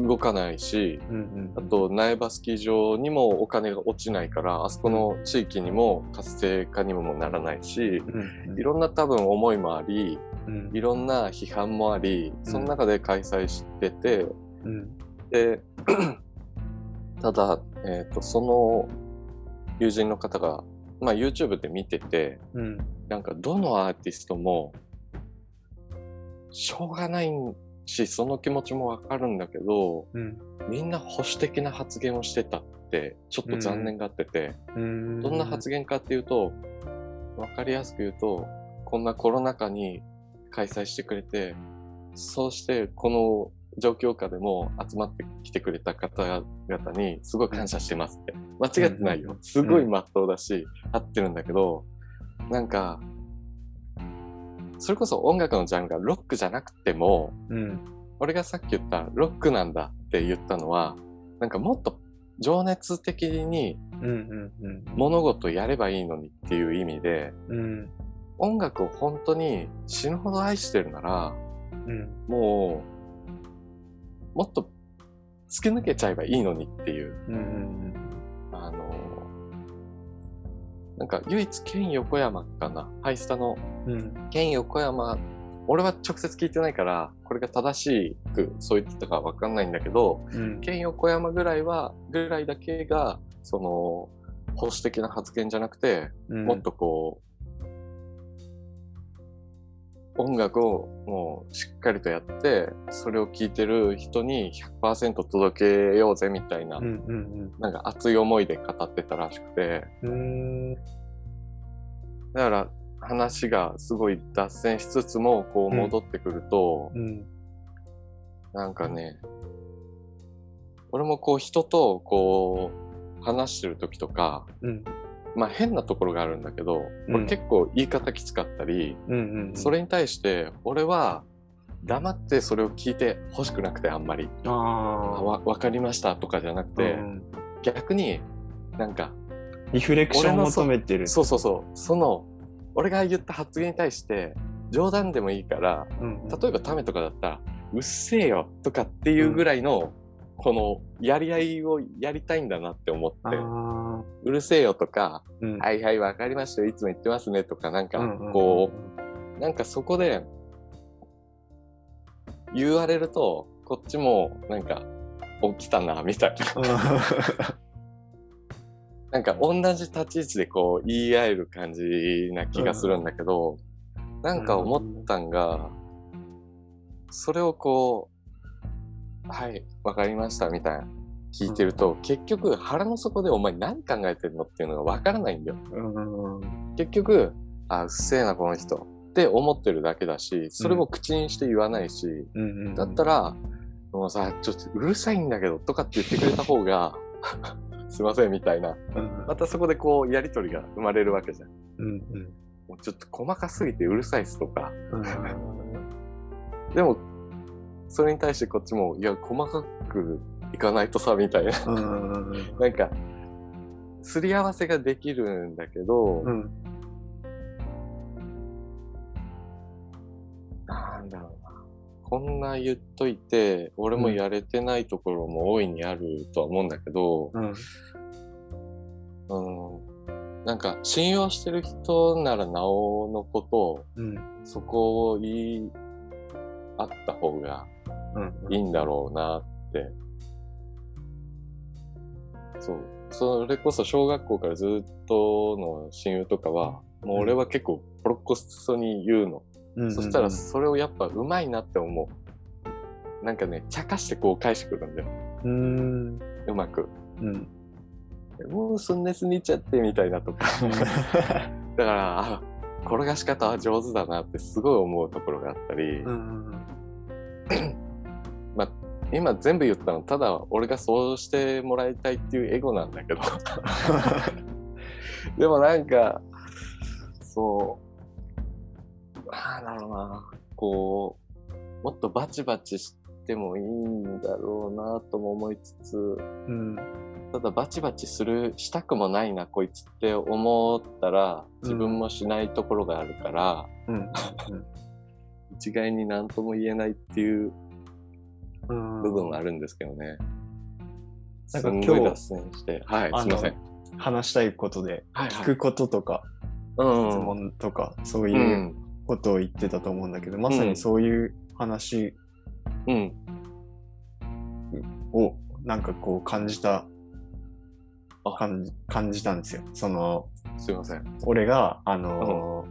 Speaker 2: 動かないし、
Speaker 1: うん。
Speaker 2: あと、苗場スキー場にもお金が落ちないから、あそこの地域にも活性化にもならないし、
Speaker 1: うん。
Speaker 2: いろんな多分思いもあり、
Speaker 1: うん。
Speaker 2: いろんな批判もあり、その中で開催してて、
Speaker 1: うん。
Speaker 2: で ただ、えー、とその友人の方が、まあ、YouTube で見てて
Speaker 1: うん。
Speaker 2: なんかどのアーティストもしょうがないしその気持ちもわかるんだけど
Speaker 1: うん。
Speaker 2: みんな保守的な発言をしてたってちょっと残念がってて、
Speaker 1: うん。
Speaker 2: どんな発言かっていうとわかりやすく言うとこんなコロナ禍に開催してくれてそうしてこの状況下でも集まってきてくれた方々にすごい感謝してますって間違ってないよすごい真っ当だし合ってるんだけどなんかそれこそ音楽のジャンルがロックじゃなくても
Speaker 1: うん。
Speaker 2: 俺がさっき言ったロックなんだって言ったのはなんかもっと情熱的に
Speaker 1: うん。うん。うん。
Speaker 2: 物事やればいいのにっていう意味で
Speaker 1: うん。
Speaker 2: 音楽を本当に死ぬほど愛してるなら
Speaker 1: うん。
Speaker 2: もうもっと突き抜けちゃえばいいのにっていう
Speaker 1: うん。
Speaker 2: あのなんか唯一県横山かなハイスタの
Speaker 1: うん。
Speaker 2: 県横山俺は直接聞いてないからこれが正しくそう言ってたかわかんないんだけど
Speaker 1: うん。
Speaker 2: 県横山ぐらいはぐらいだけがその保守的な発言じゃなくて
Speaker 1: うん。
Speaker 2: もっとこう、音楽をもうしっかりとやって、それを聴いてる人に100%届けようぜみたいな、
Speaker 1: うん。うん。
Speaker 2: なんか熱い思いで語ってたらしくて、
Speaker 1: うん。
Speaker 2: だから話がすごい脱線しつつも、こう
Speaker 1: うん
Speaker 2: 戻ってくると、
Speaker 1: うん。
Speaker 2: なんかね、俺もこう人とこう話してる時とか、
Speaker 1: うん。
Speaker 2: まあ変なところがあるんだけど、
Speaker 1: うん
Speaker 2: 俺結構言い方きつかったり、
Speaker 1: うん。
Speaker 2: それに対して俺は黙ってそれを聞いて欲しくなくてあんまり
Speaker 1: あ
Speaker 2: 「あ
Speaker 1: あ。
Speaker 2: わ分かりました」とかじゃなくて、逆になんか
Speaker 1: リフレクションを求めてる。
Speaker 2: そうそうそうその俺が言った発言に対して冗談でもいいから
Speaker 1: うん。
Speaker 2: 例えばタメとかだったら「うっせえよ」とかっていうぐらいの、このやり合いをやりたいんだなって思って「
Speaker 1: ああ。
Speaker 2: うるせえよ」とか
Speaker 1: うん。
Speaker 2: 「はいはい分かりましたよいつも言ってますね」とかなんか
Speaker 1: うん
Speaker 2: こう。なんかそこで言われるとこっちもなんか起きたなみたいな なんか同じ立ち位置でこう言い合える感じな気がするんだけど、なんか思ったんが、それをこう「はいわかりました」みたいな聞いてると、結局腹の底で「お前何考えてんの?」っていうのがわからないんだよ。
Speaker 1: うん。
Speaker 2: 結局あうっせえなこの人って思ってるだけだしそれも口にして言わないし、
Speaker 1: うん。
Speaker 2: だったら、もうさちょっとうるさいんだけどとかって言ってくれた方が すいませんみたいな
Speaker 1: うん
Speaker 2: またそこでこうやり取りが生まれるわけじゃん
Speaker 1: うんうん
Speaker 2: もうちょっと細かすぎてうるさいっすとか
Speaker 1: うん
Speaker 2: でもそれに対してこっちもいや細かくいかないとさみたいな
Speaker 1: うんうん
Speaker 2: なんかすり合わせができるんだけど、
Speaker 1: うん
Speaker 2: なんだろうなこんな言っといて俺もやれてないところも大いにあるとは思うんだけど、
Speaker 1: うん
Speaker 2: うん、なんか信用してる人ならなおのこと
Speaker 1: うん
Speaker 2: そこを言い合った方が
Speaker 1: うん
Speaker 2: いいんだろうなってそうそれこそ小学校からずっとの親友とかはもう俺は結構ポロッコそに言うの、
Speaker 1: うん
Speaker 2: そしたらそれをやっぱうまいなって思うなんかね茶化してこう返してくるんだよ
Speaker 1: うん
Speaker 2: うまく
Speaker 1: うん
Speaker 2: もうそんなすにちゃってみたい なとかだからあ転がし方は上手だなってすごい思うところがあったり、
Speaker 1: うん
Speaker 2: 今全部言ったのただ俺がそうしてもらいたいっていうエゴなんだけど でもなんかそうああなるほどなこうもっとバチバチしてもいいんだろうなとも思いつつ
Speaker 1: うん
Speaker 2: ただバチバチするしたくもないなこいつって思ったら自分もしないところがあるから。
Speaker 1: うん
Speaker 2: 一概に何とも言えないっていう
Speaker 1: うん
Speaker 2: 部分はあるんですけどね。
Speaker 1: なん
Speaker 2: す
Speaker 1: か今
Speaker 2: ん
Speaker 1: 日
Speaker 2: ごい脱線して。はい、
Speaker 1: あの
Speaker 2: すいません。
Speaker 1: 話したいことで
Speaker 2: はい、
Speaker 1: 聞くこととか質
Speaker 2: はい、
Speaker 1: 問とかそう
Speaker 2: うん。う。
Speaker 1: いうんことを言ってたと思うんだけどまさにそういう話
Speaker 2: うん。
Speaker 1: をなんかこう感じた
Speaker 2: あ
Speaker 1: 感じ感じたんですよ。その
Speaker 2: すいません。
Speaker 1: 俺があの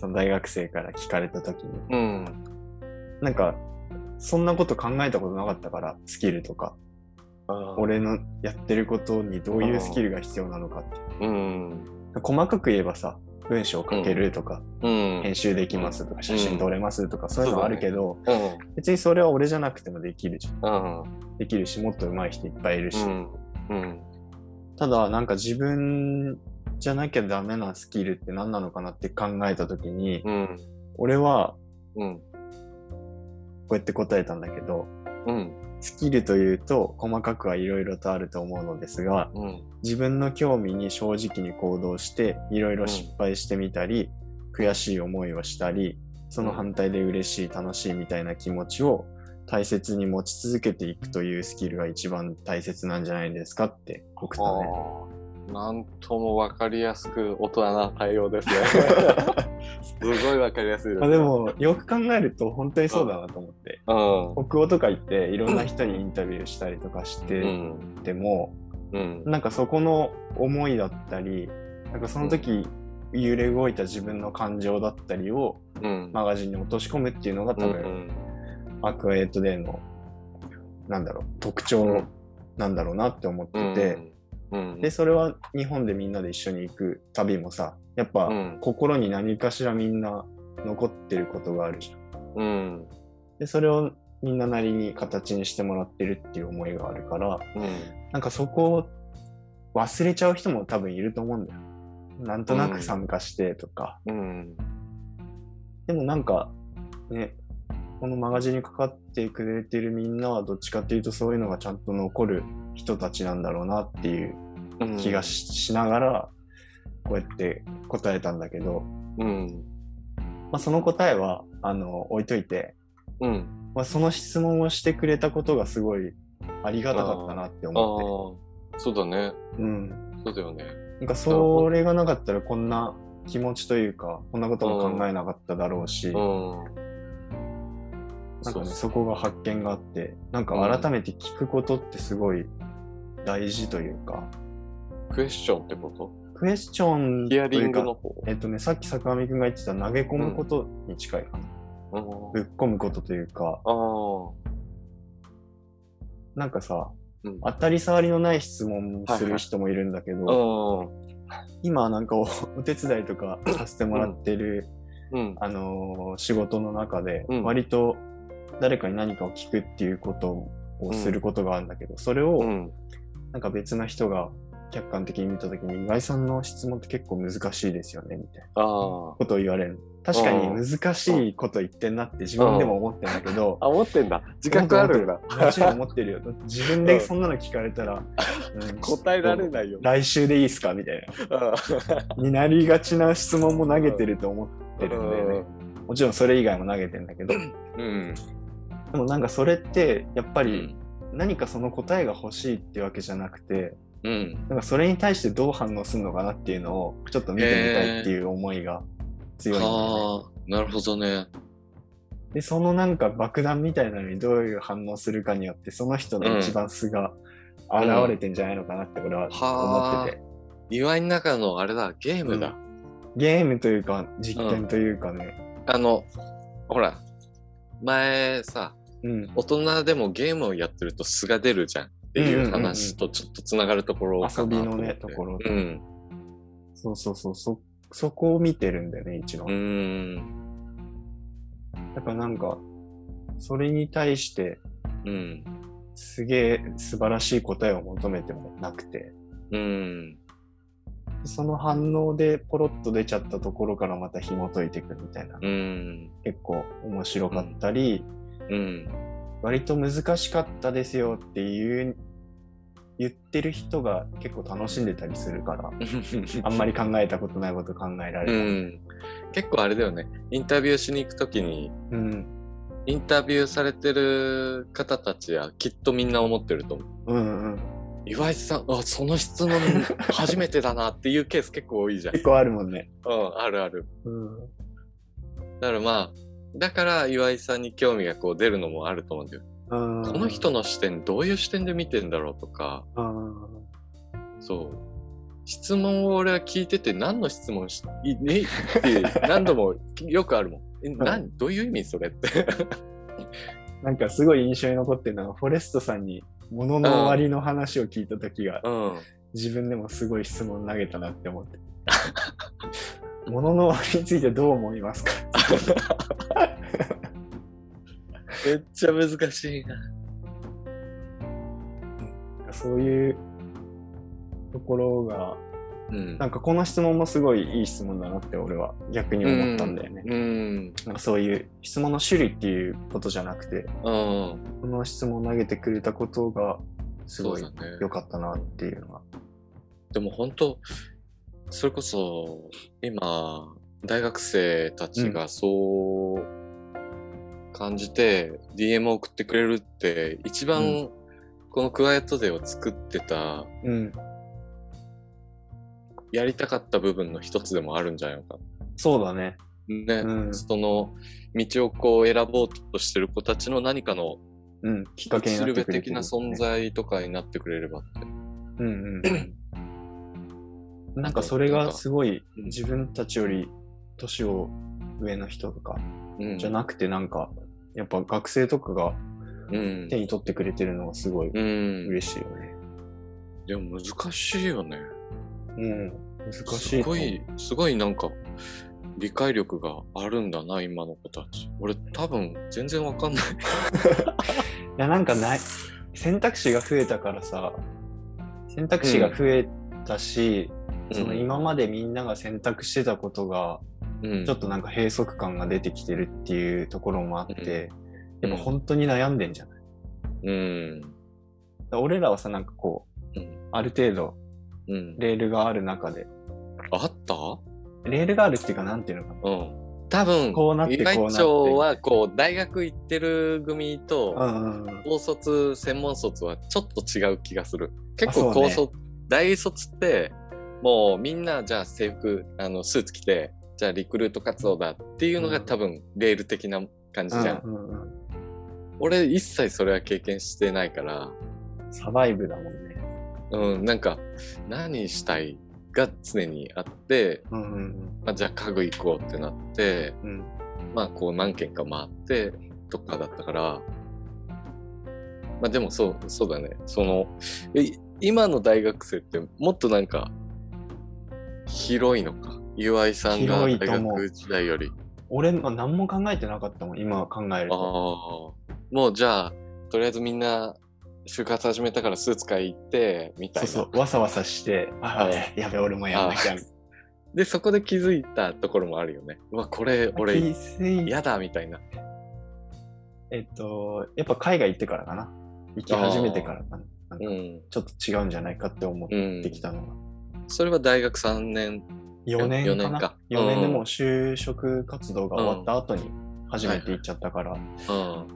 Speaker 1: その大学生から聞かれた時に
Speaker 2: うん。
Speaker 1: なんかそんなこと考えたことなかったからスキルとか俺
Speaker 2: 俺。
Speaker 1: のやってることにどういうスキルが必要なのかって
Speaker 2: うん。
Speaker 1: 細かく言えばさ文章を書けるとか、
Speaker 2: うん。
Speaker 1: 編集できますとか、写真撮れますとか、そういうのはあるけど、
Speaker 2: うん。
Speaker 1: 別にそれは俺じゃなくてもできるじゃん。
Speaker 2: うん。
Speaker 1: できるし、もっと上手い人いっぱいいるし。
Speaker 2: うん。うん。
Speaker 1: ただ、なんか自分じゃなきゃダメなスキルって何なのかなって考えた時に、
Speaker 2: うん。
Speaker 1: 俺は
Speaker 2: うん。
Speaker 1: こうやって答えたんだけど、
Speaker 2: うん。
Speaker 1: スキルというと細かくはいろいろとあると思うのですが、
Speaker 2: うん。
Speaker 1: 自分の興味に正直に行動して、いろいろ失敗してみたり、悔しい思いをしたり、その反対で嬉しい、楽しいみたいな気持ちを大切に持ち続けていくというスキルが一番大切なんじゃないですかって送っ
Speaker 2: あ
Speaker 1: たね。
Speaker 2: ーなんともわかりやすく大人な対応 ですね。すごいわかりやすいです、
Speaker 1: まあ、で、も、よく考えると本当にそうだなと思って。
Speaker 2: う
Speaker 1: 北欧とか行って、いろんな人にインタビューしたりとかし
Speaker 2: ん。う
Speaker 1: て
Speaker 2: ん。
Speaker 1: ても、
Speaker 2: うん。
Speaker 1: なんかそこの思いだったり、なんかその時揺れ動いた自分の感情だったりを
Speaker 2: うん。
Speaker 1: マガジンに落とし込むっていうのが
Speaker 2: う
Speaker 1: 多分、
Speaker 2: ん。
Speaker 1: アクアエイトデーの、なんだろう、特
Speaker 2: う
Speaker 1: 徴
Speaker 2: ん
Speaker 1: なんだろうなって思っ
Speaker 2: う
Speaker 1: て
Speaker 2: ん。
Speaker 1: て、
Speaker 2: うん。
Speaker 1: で、それは日本でみんなで一緒に行く旅もさ、やっぱ、
Speaker 2: うん
Speaker 1: 心に何かしらみんな残ってることがあるじゃん。
Speaker 2: うん。
Speaker 1: で、それをみんななりに形にしてもらってるっていう思いがあるから、
Speaker 2: うん。
Speaker 1: なんかそこを忘れちゃう人も多分いると思うんだよ。なんとなく参加してとか。
Speaker 2: うん。
Speaker 1: でもなんか、ね、このマガジンにかかってくれてるみんなはどっちかっていうとそういうのがちゃんと残る人たちなんだろうなっていう
Speaker 2: うん
Speaker 1: 気がし,、ながら、こうやって答えたんだけど、
Speaker 2: うん。
Speaker 1: まあ、その答えは、あの、置いといて、
Speaker 2: うん。
Speaker 1: まあ、その質問をしてくれたことがすごいありがたかったなって
Speaker 2: ああ
Speaker 1: 思っ、
Speaker 2: そうだね。
Speaker 1: て。うん。
Speaker 2: そうだよね。
Speaker 1: なんかそれがなかったらこんな気持ちというか、こんなことも考えなかっただろうし、
Speaker 2: うん。
Speaker 1: なんかね、
Speaker 2: そ
Speaker 1: そこが発見があって、なんか改めて聞くことってすごい大事というか、
Speaker 2: うクエスチョンってこと
Speaker 1: クエスチョンと
Speaker 2: ヒアリ
Speaker 1: い
Speaker 2: ン
Speaker 1: う
Speaker 2: グ
Speaker 1: か
Speaker 2: の、方。
Speaker 1: えっとね、さっき坂上くんが言ってた投げ込むことに近いかな。
Speaker 2: うん
Speaker 1: ぶっ込むことというか、
Speaker 2: ああ。
Speaker 1: なんかさ、
Speaker 2: うん
Speaker 1: 当たり障りのない質問する人もいるんだけど、
Speaker 2: うん。
Speaker 1: 今なんかお お手伝いとかさせてもらってる、
Speaker 2: うん。
Speaker 1: あのー仕事の中で、
Speaker 2: うん
Speaker 1: 割と誰かに何かを聞くっていうことをすることがあるんだけど、それ
Speaker 2: う
Speaker 1: を
Speaker 2: ん。
Speaker 1: なんか別な人が客観的に見たときに、岩井さんの質問って結構難しいですよね、みたいな
Speaker 2: あ
Speaker 1: ことを言われる。確かに難しいこと言ってんなって自分でも思ってんだけど
Speaker 2: あ。、あ、持ってんだ。自覚あるんだ。
Speaker 1: もちろん思ってるよ。自分でそんなの聞かれたら、うん
Speaker 2: 答えられないよ。
Speaker 1: 来週でいいですかみたいな。になりがちな質問も投げてると思ってるんだよね。もちろんそれ以外も投げてんだけど。
Speaker 2: うん。
Speaker 1: でもなんかそれって、やっぱ
Speaker 2: う
Speaker 1: り
Speaker 2: ん。
Speaker 1: 何かその答えが欲しいってわけじゃなくて、
Speaker 2: うん。
Speaker 1: なんかそれに対してどう反応するのかなっていうのをちょっと見てみたいっていう思いが強いんだよね。
Speaker 2: はあ、なるほどね。
Speaker 1: で、そのなんか爆弾みたいなのにどういう反応するかによって、その人の一番素が現れてんじゃないのかなって俺は思ってて。
Speaker 2: 岩井の中のあれだ、ゲームだ。
Speaker 1: ゲームというか実験というかね。
Speaker 2: あの、ほら、前さ、
Speaker 1: うん。
Speaker 2: 大人でもゲームをやってると素が出るじゃんっていう話とちょっとつながるところか
Speaker 1: 遊
Speaker 2: な
Speaker 1: び
Speaker 2: と
Speaker 1: の
Speaker 2: 思って
Speaker 1: ね、ところ。
Speaker 2: うん。
Speaker 1: そうそうそう。そ、そこを見てるんだよね、一
Speaker 2: う
Speaker 1: 番。
Speaker 2: ーん。
Speaker 1: だからなんか、それに対して、
Speaker 2: うん。
Speaker 1: すげえ素晴らしい答えを求めてもなくて、
Speaker 2: うん。
Speaker 1: その反応でポロッと出ちゃったところからまた紐解いていくみたいな、
Speaker 2: うん。
Speaker 1: 結構面白かったり、
Speaker 2: うん。
Speaker 1: 割と難しかったですよっていう、言ってる人が結構楽しんでたりするから、あんまり考えたことないこと考えられ
Speaker 2: う
Speaker 1: る。
Speaker 2: ん。結構あれだよね。インタビューしに行くときに、
Speaker 1: うん。
Speaker 2: インタビューされてる方たちはきっとみんな思ってると思う。
Speaker 1: うんうん。
Speaker 2: 岩井さん、あ、その質問初めてだなっていうケース結構多いじゃん。
Speaker 1: 結構あるもんね。
Speaker 2: うん、あるある。
Speaker 1: うん。
Speaker 2: だからまあ、だから岩井さんに興味がこう出るのもあると思うんだよ。
Speaker 1: こ
Speaker 2: この人の視点、どういう視点で見てんだろうとか、そう。質問を俺は聞いてて何の質問し、いえって何度もよくあるもん。え、などういう意味そ れって。
Speaker 1: なんかすごい印象に残ってるのはフォレストさんに「ものの終わり」の話を聞いた時が、
Speaker 2: うん。
Speaker 1: 自分でもすごい質問投げたなって思って 「ものの終わり」についてどう思いますか
Speaker 2: めっちゃ難しいな。
Speaker 1: そういうところが
Speaker 2: うん。
Speaker 1: なんかこの質問もすごいいい質問だなって俺は逆に思ったんだよね、
Speaker 2: うん。
Speaker 1: なんかそういう質問の種類っていうことじゃなくて
Speaker 2: うん。
Speaker 1: この質問を投げてくれたことがす
Speaker 2: そ
Speaker 1: ご
Speaker 2: う
Speaker 1: い
Speaker 2: だね。
Speaker 1: 良かったなっていうのが
Speaker 2: でも本当、それこそ、今、大学生たちがそう感じて、DM を送ってくれるって、一番、
Speaker 1: う
Speaker 2: このクワイエットデーを作ってた、
Speaker 1: うん
Speaker 2: やりたかった部分の一つでもあるんじゃないのか
Speaker 1: そうだね
Speaker 2: な。ね、
Speaker 1: うん
Speaker 2: その道をこう選ぼうとしてる子たちの何かの
Speaker 1: うんきっかけに
Speaker 2: し
Speaker 1: な
Speaker 2: る
Speaker 1: って
Speaker 2: べ
Speaker 1: くれ
Speaker 2: 的
Speaker 1: てる
Speaker 2: な存在とかになってくれればって。
Speaker 1: うんうん、なんかそれがすごい
Speaker 2: うん
Speaker 1: 自分たちより年を上の人とか
Speaker 2: うん、
Speaker 1: じゃなくてなんかやっぱ学生とかが
Speaker 2: うん
Speaker 1: 手。に取ってくれてるのがすごい
Speaker 2: うん。
Speaker 1: 嬉しいよね。
Speaker 2: でも難しいよね。
Speaker 1: うん、難しいと思う。
Speaker 2: すごい、すごいなんか、理解力があるんだな、今の子たち。俺多分全然わかんない。
Speaker 1: いやなんかない選択肢が増えたからさ選択肢が増えたし、その今までみんなが選択してたことが
Speaker 2: うん、
Speaker 1: ちょっとなんか閉塞感が出てきてるっていうところもあって、やっぱ本当に悩んでんじゃない
Speaker 2: うん。
Speaker 1: だから俺らはさなんかこう
Speaker 2: うん。
Speaker 1: ある程度
Speaker 2: うん。
Speaker 1: レールがある中で、
Speaker 2: あった
Speaker 1: レールがあるっていうか、なんていうのか
Speaker 2: うん。多分、
Speaker 1: こうなって
Speaker 2: 岩井
Speaker 1: こうなって
Speaker 2: 町は、こう、大学行ってる組と、
Speaker 1: な。うんうんうん。
Speaker 2: 高卒専門卒はちょっと違う気がする結
Speaker 1: あそう
Speaker 2: 構高
Speaker 1: ね
Speaker 2: 卒、大卒ってもうみんなじゃあ制服あのスーツ着てじゃあリクルート活動だっていうのが
Speaker 1: うん
Speaker 2: 多分レール的な感じじゃん、
Speaker 1: うんうん
Speaker 2: 俺一切それは経験してないから
Speaker 1: うんサバイブだもんね。
Speaker 2: うんなんか何したいが常にあって、
Speaker 1: うんうん
Speaker 2: まあ、じゃあ家具行こうってなって
Speaker 1: うん。うん
Speaker 2: まあこう何軒か回ってとかだったから、まあでもそう、そうだね。その、え今の大学生ってもっとなんか、広いのか。岩井さんが
Speaker 1: 広
Speaker 2: 大
Speaker 1: いと思う
Speaker 2: 学時代より。
Speaker 1: 俺、まあ、何も考えてなかったもん、今考える
Speaker 2: ああ
Speaker 1: と。。
Speaker 2: もうじゃあ、とりあえずみんな就活始めたからスーツ買い行って、みたい
Speaker 1: そう
Speaker 2: な。
Speaker 1: そう、わさわさして、あ
Speaker 2: は、
Speaker 1: やべ、俺もやんなきゃ。
Speaker 2: で、そこで気づいたところもあるよね。うわ、これ、
Speaker 1: 気
Speaker 2: 俺、
Speaker 1: づい
Speaker 2: 嫌だ、みたいな。
Speaker 1: えっと、やっぱ海外行ってからかな。行き始めてからかな。なん
Speaker 2: う
Speaker 1: か
Speaker 2: ん。
Speaker 1: ちょっと違うんじゃないかって思
Speaker 2: う
Speaker 1: っ
Speaker 2: ん
Speaker 1: て。きたのが。
Speaker 2: それは大学3年。
Speaker 1: 4年かな。
Speaker 2: 四年か
Speaker 1: 4年で
Speaker 2: うん
Speaker 1: もう就職活動が終わった後に初めて行っちゃったから、
Speaker 2: うん。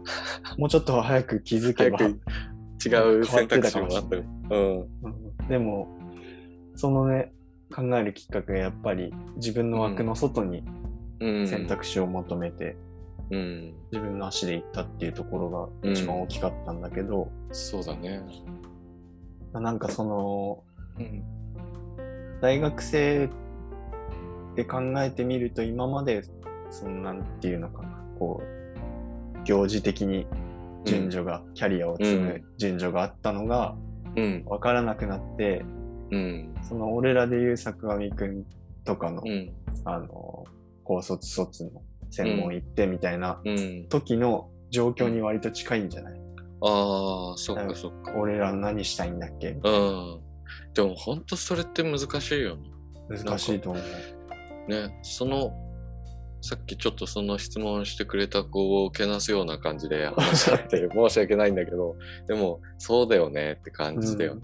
Speaker 1: もうちょっと早く気づけ
Speaker 2: 早
Speaker 1: ば
Speaker 2: く。違う選択肢もあったよ。うん。
Speaker 1: うんでも、そのね、考えるきっかけがやっぱり自分の枠の外に
Speaker 2: うん。
Speaker 1: 選。択肢を求めて
Speaker 2: うん。
Speaker 1: 自分の足で行ったっていうところが一番大きかったんだけど、
Speaker 2: そうだね。
Speaker 1: なんかその
Speaker 2: うん。
Speaker 1: 大学生で考えてみると今までそのなんていうのかなこう行事的に順序が、キャリアを積む順序があったのが
Speaker 2: うん。
Speaker 1: 分からなくなって
Speaker 2: うん。
Speaker 1: その俺らでいう坂上くんとかの、
Speaker 2: うん。
Speaker 1: あの高卒卒の専門行ってみたいな
Speaker 2: うん。
Speaker 1: 時の状況に割と近いんじゃない、
Speaker 2: ああ、そっかそっか。
Speaker 1: 俺ら何したいんだっけ
Speaker 2: うん。でも本当それって難しいよね。
Speaker 1: 難しいと思う。
Speaker 2: ね、その、さっきちょっとその質問してくれた子をけなすような感じで 話し合って申し訳ないんだけど、でも、そうだよねって感じだよ。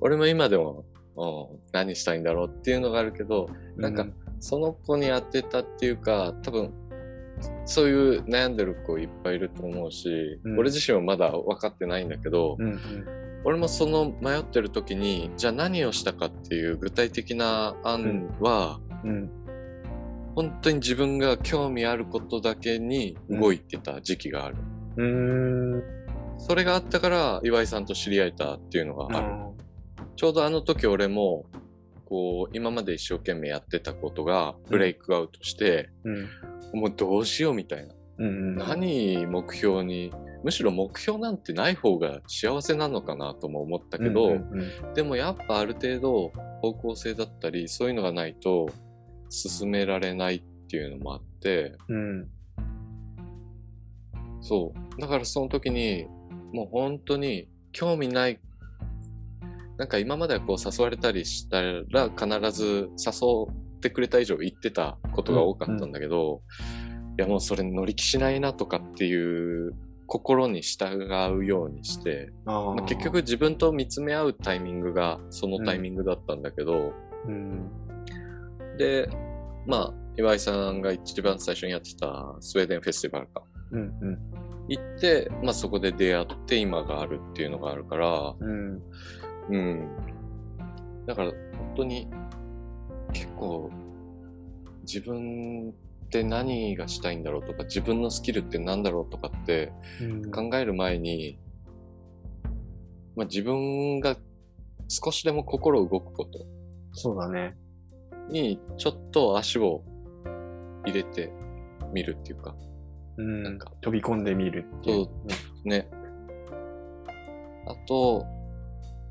Speaker 2: 俺も今でも、うん、何したいんだろうっていうのがあるけど、
Speaker 1: う
Speaker 2: なんかその子に当てたっていうか、多分、そういう悩んでる子いっぱいいると思うし、
Speaker 1: うん
Speaker 2: 俺自身はまだ分かってないんだけど、
Speaker 1: うんうん
Speaker 2: 俺もその迷ってる時に、じゃあ何をしたかっていう具体的な案は、
Speaker 1: うん
Speaker 2: 本当に自分が興味あることだけに動いてた時期がある、
Speaker 1: うんう
Speaker 2: それがあったから岩井さんと知り合えたっていうの
Speaker 1: ーん
Speaker 2: がある、ちょうどあの時俺もこう今まで一生懸命やってたことがブレイクアウトして、
Speaker 1: うん
Speaker 2: もうどうしようみたいな、
Speaker 1: うん
Speaker 2: 何目標にむしろ目標なんてない方が幸せなのかなとも思ったけど、でもやっぱある程度方向性だったりそういうのがないと進められないっていうのもあって、
Speaker 1: うん
Speaker 2: そう。だからその時に、もう本当に興味ない、なんか今まではこう誘われたりしたら必ず誘ってくれた以上行ってたことが多かったんだけど、いやもうそれ乗り気しないなとかっていう心に従うようにして、
Speaker 1: あ
Speaker 2: まあ
Speaker 1: ー
Speaker 2: 結局、自分と見つめ合うタイミングがそのタイミングだったんだけど、
Speaker 1: うん
Speaker 2: で、まあ岩井さんが一番最初にやってたスウェーデンフェスティバルか。
Speaker 1: うん
Speaker 2: 行って、まあ、そこで出会って今があるっていうのがあるから、
Speaker 1: うん
Speaker 2: うん。だから本当に結構自分って何がしたいんだろうとか自分のスキルって何だろうとかって
Speaker 1: うん
Speaker 2: 考える前に、まあ、自分が少しでも心動くこと
Speaker 1: そうだね
Speaker 2: にちょっと足を入れてみるっていうか、
Speaker 1: うん
Speaker 2: なんか
Speaker 1: 飛び込んでみるっていう
Speaker 2: ね。あと、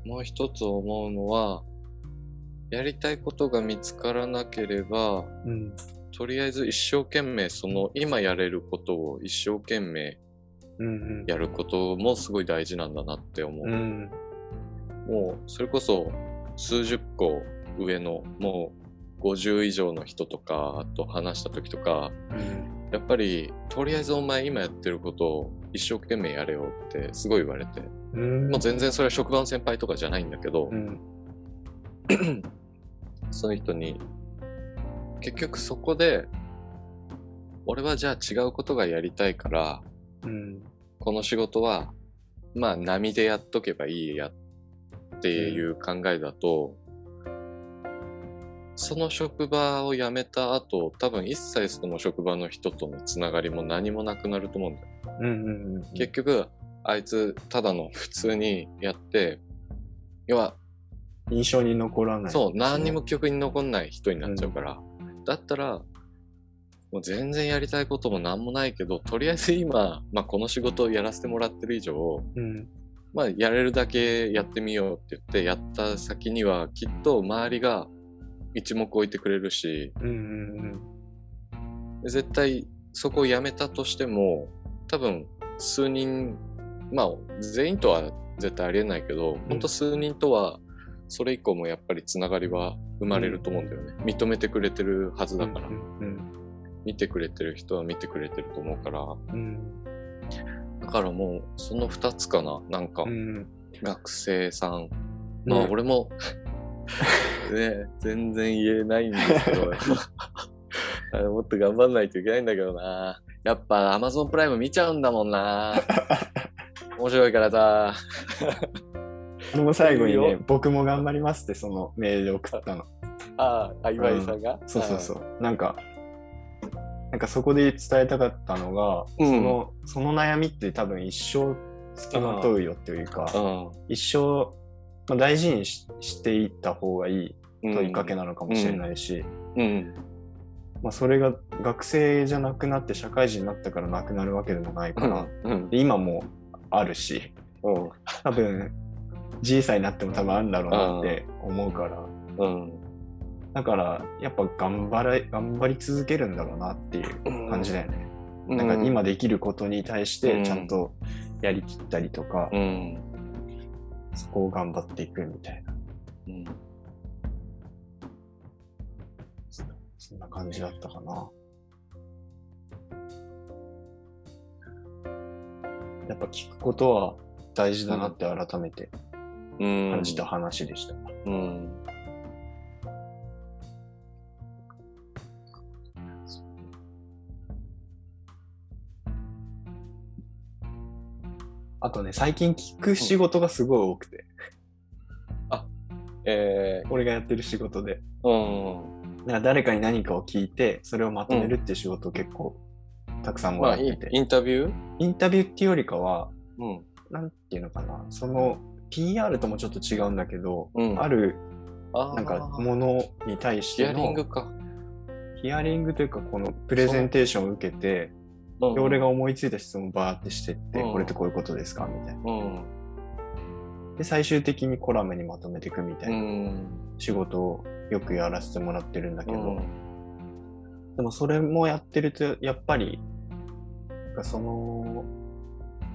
Speaker 2: もう一つ思うのは、やりたいことが見つからなければ、
Speaker 1: うん
Speaker 2: とりあえず一生懸命、その今やれることを一生懸命
Speaker 1: うん
Speaker 2: やることもすごい大事なんだなって思う。
Speaker 1: うん
Speaker 2: もう、それこそ数十個上の、もう50以上の人とかと話した時とか、
Speaker 1: うん
Speaker 2: やっぱり、とりあえずお前今やってることを一生懸命やれよってすごい言われて。
Speaker 1: うん
Speaker 2: もう全然それは職場の先輩とかじゃないんだけど、
Speaker 1: うん
Speaker 2: その人に、結局そこで、俺はじゃあ違うことがやりたいから、
Speaker 1: うん
Speaker 2: この仕事は、まあ波でやっとけばいいやっていう考えだと、その職場を辞めた後、多分一切その職場の人とのつながりも何もなくなると思うんだよ
Speaker 1: うんうんうん
Speaker 2: 結局あいつただの普通にやって要は
Speaker 1: 印象に残らない
Speaker 2: そう何にも記憶に残んない人になっちゃうから、だったらもう全然やりたいことも何もないけどとりあえず今、まあ、この仕事をやらせてもらってる以上、
Speaker 1: うん
Speaker 2: まあ、やれるだけやってみようって言ってやった先にはきっと周りが一目置いてくれるし
Speaker 1: うんうん
Speaker 2: 絶対そこを辞めたとしても多分数人まあ全員とは絶対ありえないけど、ほんと数人とはそれ以降もやっぱりつながりは生まれると思うんだよね、認めてくれてるはずだから、
Speaker 1: うん
Speaker 2: 見てくれてる人は見てくれてると思うから
Speaker 1: うん
Speaker 2: だからもうその2つかななんか
Speaker 1: うん
Speaker 2: 学生さん、まあ
Speaker 1: ね
Speaker 2: 俺も ね全然言えないんですけ どあれもっと頑張んないといけないんだけどなやっぱ Amazon プライム見ちゃうんだも んな面白いからさ
Speaker 1: 俺も最後に
Speaker 2: いい
Speaker 1: ね
Speaker 2: よ
Speaker 1: 僕も頑張りますってそのメール送ったの
Speaker 2: ああ岩井さんが、
Speaker 1: そうそうそううなんかなんかそこで伝えたかったのが、
Speaker 2: うん
Speaker 1: そのその悩みって多分一生つきまとうよというか、一生、まあ、大事にししていった方がいい
Speaker 2: うん
Speaker 1: 問いかけなのかもしれないし、
Speaker 2: うん
Speaker 1: まあ、それが学生じゃなくなって社会人になったからなくなるわけでもないから、
Speaker 2: うん
Speaker 1: で今もあるし
Speaker 2: うん
Speaker 1: 多分じいさんになっても多分あるんだろうなって思うから、
Speaker 2: うん
Speaker 1: だからやっぱ頑張れ頑張り続けるんだろうなっていう感じだよね、
Speaker 2: うん
Speaker 1: なんか今できることに対し
Speaker 2: う
Speaker 1: て
Speaker 2: ん
Speaker 1: ちゃんとやりきったりとか、
Speaker 2: うん
Speaker 1: そこを頑張っていくみたいな
Speaker 2: うん
Speaker 1: そんな感じだったかなやっぱ聞くことは大事だなって改めて
Speaker 2: うん
Speaker 1: 感じた話でした、
Speaker 2: うん。
Speaker 1: あとね最近聞く仕事がすごい多くて、
Speaker 2: え
Speaker 1: 俺がやってる仕事で
Speaker 2: ー、うん。
Speaker 1: なんか誰かに何かを聞いてそれをまとめるっていう仕事を結構たくさんも
Speaker 2: ま
Speaker 1: ら
Speaker 2: あ、
Speaker 1: って
Speaker 2: イン
Speaker 1: て、
Speaker 2: インタビュー
Speaker 1: インタビューっていうよりかは
Speaker 2: うん。
Speaker 1: なんていうのかなその PR ともちょっと違うんだけど、
Speaker 2: うん
Speaker 1: ある
Speaker 2: あー
Speaker 1: なんかものに対し
Speaker 2: ヒ
Speaker 1: て
Speaker 2: アリン
Speaker 1: の
Speaker 2: グか。
Speaker 1: ヒアリングというかこのプレゼンテーションを受けて
Speaker 2: うん
Speaker 1: で俺が思いついた質問をバーってしてって、
Speaker 2: うん
Speaker 1: これってこういうことですかみたいな
Speaker 2: うん。。
Speaker 1: で最終的にコラムにまとめていくみたいうなん仕事をよくやらせてもらってるんだけ
Speaker 2: う
Speaker 1: ど、
Speaker 2: ん。
Speaker 1: でもそれもやってると、やっぱり、なんかその、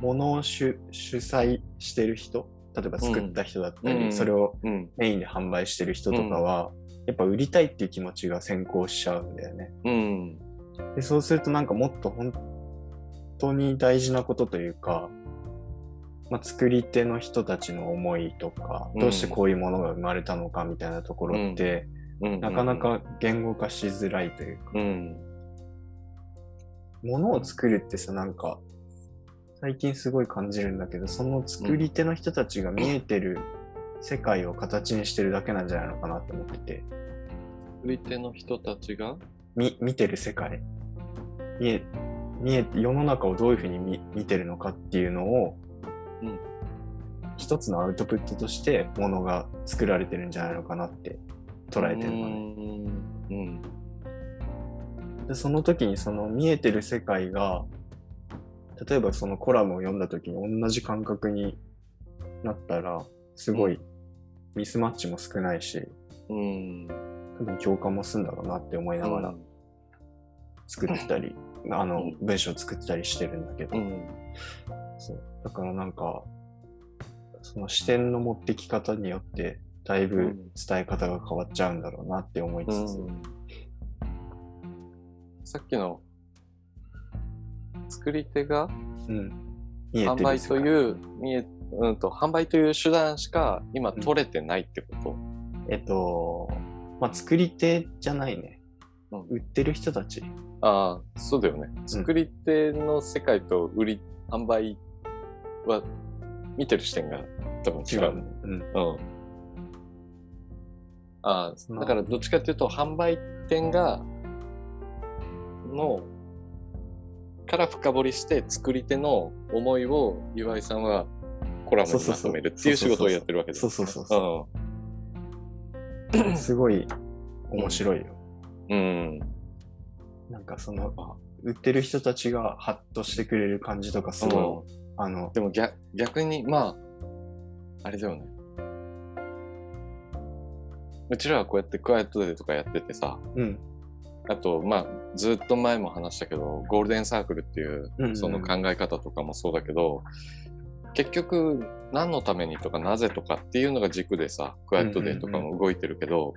Speaker 1: ものを主主催してる人、例えば作った人だったり、
Speaker 2: うん
Speaker 1: それを
Speaker 2: うん。
Speaker 1: メインで販売してる人とかは、やっぱ売りたいっていう気持ちが先行しちゃうんだよね。
Speaker 2: うん。
Speaker 1: でそうするとなんかもっと本当に大事なことというか、まあ、作り手の人たちの思いとか、
Speaker 2: うん
Speaker 1: どうしてこういうものが生まれたのかみたいなところって、
Speaker 2: うん。
Speaker 1: なかな。か言語化しづらいというか、
Speaker 2: うん。
Speaker 1: 物を作るってさなんか最近すごい感じるんだけどその作り手の人たちが見えてる世界を形にしてるだけなんじゃないのかなって思ってて
Speaker 2: 作り手の人たちが
Speaker 1: み見てる世界見え見え世の中をどういうふうに見見てるのかっていうのを、
Speaker 2: うん
Speaker 1: 一つのアウトプットとしてものが作られてるんじゃないのかなって捉えてるのね。
Speaker 2: うん。
Speaker 1: でその時にその見えてる世界が例えばそのコラムを読んだ時に同じ感覚になったらすごいミスマッチも少ないし
Speaker 2: うん。
Speaker 1: 多分共感もするんだろうなって思いながら作ったり、あの
Speaker 2: うん
Speaker 1: 文章作ったりしてるんだけ
Speaker 2: う
Speaker 1: ど、
Speaker 2: ん。
Speaker 1: そうだからなんかその視点の持ってき方によってだいぶ伝え方が変わっちゃうんだろうなって思いつ
Speaker 2: うん
Speaker 1: つ、
Speaker 2: さっきの作り手が
Speaker 1: うん見えて
Speaker 2: 販
Speaker 1: る
Speaker 2: 売
Speaker 1: 世
Speaker 2: と
Speaker 1: 界
Speaker 2: いう、見え、うんと、販売という手段しか今取れてないってこ
Speaker 1: えっと、まあ、作り手じゃないね。
Speaker 2: うん
Speaker 1: 売ってる人たち。
Speaker 2: と。ああ、そうだよね。作り手の世界と売り、販売は見てる視点が多分違う。うん。
Speaker 1: うん。
Speaker 2: ああ、
Speaker 1: んな
Speaker 2: だからどっちかっていうと、販売店が、の、から深掘りして作り手の思いを岩井さんはコラム
Speaker 1: そう
Speaker 2: に
Speaker 1: そ
Speaker 2: ま
Speaker 1: うそう
Speaker 2: とめるっていう仕事をやってるわけです。
Speaker 1: そうそうそうそ
Speaker 2: うん
Speaker 1: う。 すごい面白いよ。
Speaker 2: うん。
Speaker 1: なんかその、あ売ってる人たちがハッとしてくれる感じとかすごい、あの、
Speaker 2: でも逆逆に、まあ、あれだよね。うちらはこうやってクワイエットデーとかやっててさ、
Speaker 1: うん。
Speaker 2: あと、まあ、ずっと前も話したけど、ゴールデンサークルっていう
Speaker 1: うんうん
Speaker 2: その考え方とかもそうだけど、結局何のためにとかなぜとかっていうのが軸でさクワイエットデーとかも動いてるけど、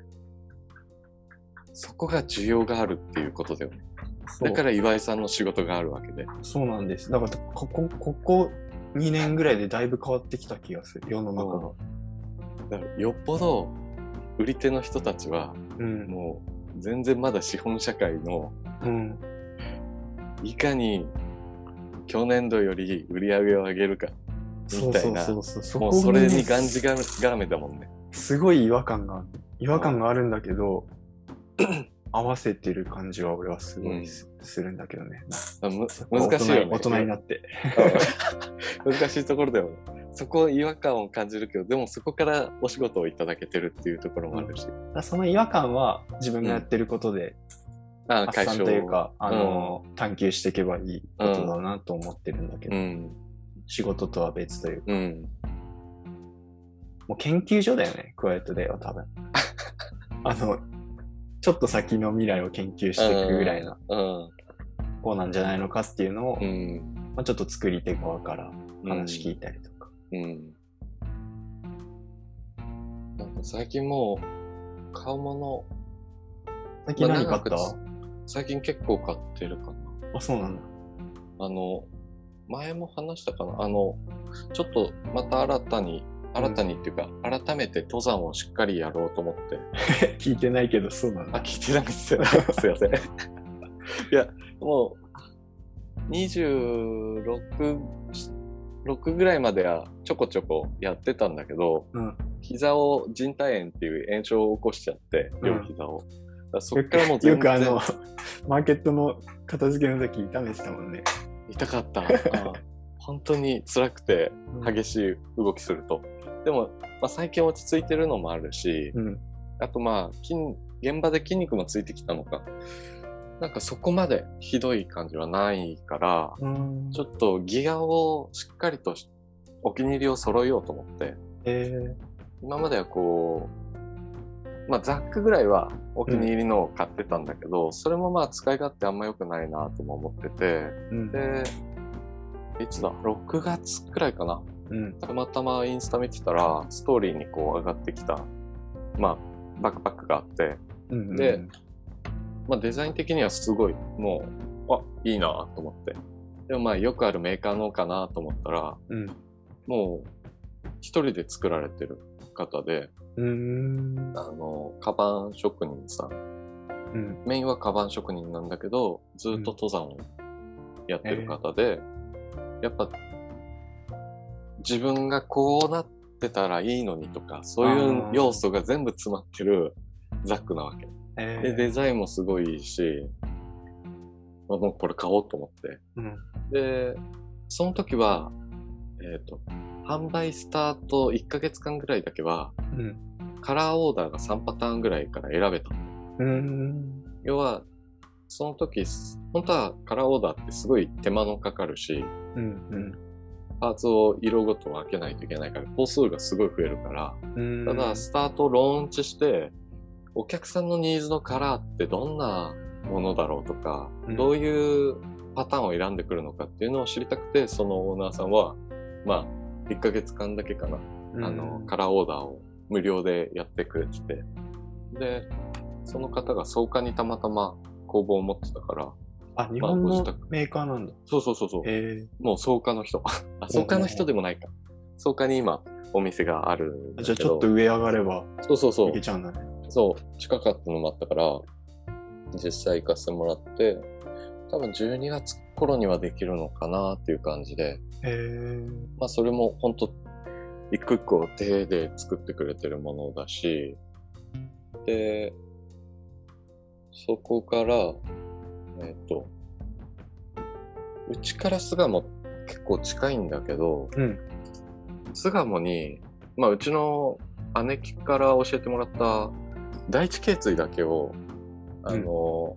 Speaker 2: そこが需要があるっていうことだよね
Speaker 1: そう
Speaker 2: だから岩井さんの仕事があるわけで
Speaker 1: そうなんです。だから、ここ、ここ2年ぐらいでだいぶ変わってきた気がする、世の中が。
Speaker 2: だからよっぽど売り手の人たちは
Speaker 1: うん。
Speaker 2: もう全然まだ資本社会の
Speaker 1: うん。
Speaker 2: いかに去年度より売り上げを上げるか
Speaker 1: そ
Speaker 2: み
Speaker 1: う
Speaker 2: たい
Speaker 1: そう
Speaker 2: な
Speaker 1: そうそう。そ
Speaker 2: も
Speaker 1: こ
Speaker 2: うそれに
Speaker 1: ね
Speaker 2: がんじがらめだもんね。
Speaker 1: すごい違和感がある。違和感があるんだけど、合わせてる感じは俺はすごいす,、るんだけどね。
Speaker 2: む難しいよね。
Speaker 1: 大人になって。
Speaker 2: うん難しいところだよね。そこ違和感を感じるけど、でもそこからお仕事をいただけてるっていうところもあるし、
Speaker 1: だからその違和感は自分がやってることで
Speaker 2: あ
Speaker 1: 発散というか、あ
Speaker 2: ん
Speaker 1: の、探求していけばいいことだなと思ってるんだけ
Speaker 2: う
Speaker 1: ど、
Speaker 2: ん、
Speaker 1: 仕事とは別というか、
Speaker 2: うん。
Speaker 1: もう研究所だよね、クワイエットデーは 多分。あの、ちょっと先の未来を研究していくぐらいな、
Speaker 2: うん、
Speaker 1: こうなんじゃないのかっていうのを、
Speaker 2: うん、
Speaker 1: まあ、ちょっと作り手側から話聞いたりとか。
Speaker 2: うん。なんか最近もう、買うも
Speaker 1: 最近何買
Speaker 2: まあ
Speaker 1: っ
Speaker 2: 長く
Speaker 1: た
Speaker 2: つの、最近結構買ってるかな。
Speaker 1: あ、そうなんだ。
Speaker 2: あの、前も話したかな、あの、ちょっとまた新たに、新たにっていうか、改めて登山をしっかりやろうと思って。
Speaker 1: 聞いてないけど、そうなん
Speaker 2: あ、
Speaker 1: だ。
Speaker 2: 聞いて ないですよ。すいま せん。いや、もう、26、6ぐらいまではちょこちょこやってたんだけど、
Speaker 1: うん
Speaker 2: 膝を靭帯炎っていう炎症を起こしちゃって、両膝を。だからそっからもう
Speaker 1: よ
Speaker 2: 全
Speaker 1: く
Speaker 2: 然
Speaker 1: あの、マーケットの片付けの時痛めてたもんね。
Speaker 2: 痛かった。あ本当に辛くて、激しい動きすると。でも、まあ、最近落ち着いてるのもあるし、
Speaker 1: うん。
Speaker 2: あとまあ筋、現場で筋肉もついてきたのか、なんかそこまでひどい感じはないから、
Speaker 1: うん。
Speaker 2: ちょっとギアをしっかりとしお気に入りを揃えようと思って、
Speaker 1: え
Speaker 2: 今まではこう、まあ、ザックぐらいはお気に入りのを買ってたんだけど、それもまあ使い勝手あんま良くないなとも思ってて、
Speaker 1: ー、うん。
Speaker 2: で、いつだ ?6 月くらいかな
Speaker 1: うん。
Speaker 2: たまたまインスタ見てたら、ストーリーにこう上がってきた、まあ、バックパックがあって、
Speaker 1: うん。
Speaker 2: でまあ、デザイン的にはすごい、もう、あ、いいなと思って。でもまあ、よくあるメーカーのかなと思ったら、
Speaker 1: うん。
Speaker 2: もう、一人で作られてる方で、
Speaker 1: うん。
Speaker 2: あの、カバン職人さん。
Speaker 1: うん。
Speaker 2: メインはカバン職人なんだけど、ずっと登山をやってる方で、やっぱ、自分がこうなってたらいいのにとか、そういう要素が全部詰まってるザックなわけ。
Speaker 1: え
Speaker 2: で、デザインもすごいいいし、あもうこれ買おうと思って。
Speaker 1: うん。
Speaker 2: で、その時は、えっ、と、販売スタート1ヶ月間ぐらいだけは、
Speaker 1: うん。
Speaker 2: カラーオーダーが3パターンぐらいから選べた。
Speaker 1: うん。
Speaker 2: 要は、その時、本当はカラーオーダーってすごい手間のかかるし、
Speaker 1: うん。
Speaker 2: パーツを色ごと分けないといけないから、個数がすごい増えるから、
Speaker 1: うん。
Speaker 2: ただ、スタートローンチして、お客さんのニーズのカラーってどんなものだろうとか、
Speaker 1: うん
Speaker 2: どういうパターンを選んでくるのかっていうのを知りたくて、そのオーナーさんは、まあ、1ヶ月間だけかな、あの、カラーオーダーを無料でやってくれてて、で、その方が草加にたまたま工房を持ってたから、
Speaker 1: あ、日本のメーカーなんだ。
Speaker 2: そうそうそうそう、
Speaker 1: え
Speaker 2: もう草加の人。 あ、草加の人でもないか。草加に今、お店があるん
Speaker 1: え
Speaker 2: だけど。
Speaker 1: じゃあちょっと上上がれば
Speaker 2: そうそうそう
Speaker 1: いけ。ちゃうんだね。
Speaker 2: そう、近かったのもあったから、実際行かせてもらって、多分12月頃にはできるのかなっていう感じで、
Speaker 1: へえ。
Speaker 2: まあそれも本当一個一個手で作ってくれてるものだし、で、そこから、えっ、と、うちから巣鴨結構近いんだけど、
Speaker 1: うん
Speaker 2: 巣鴨に、まあうちの姉貴から教えてもらった第一頸椎だけを、あの、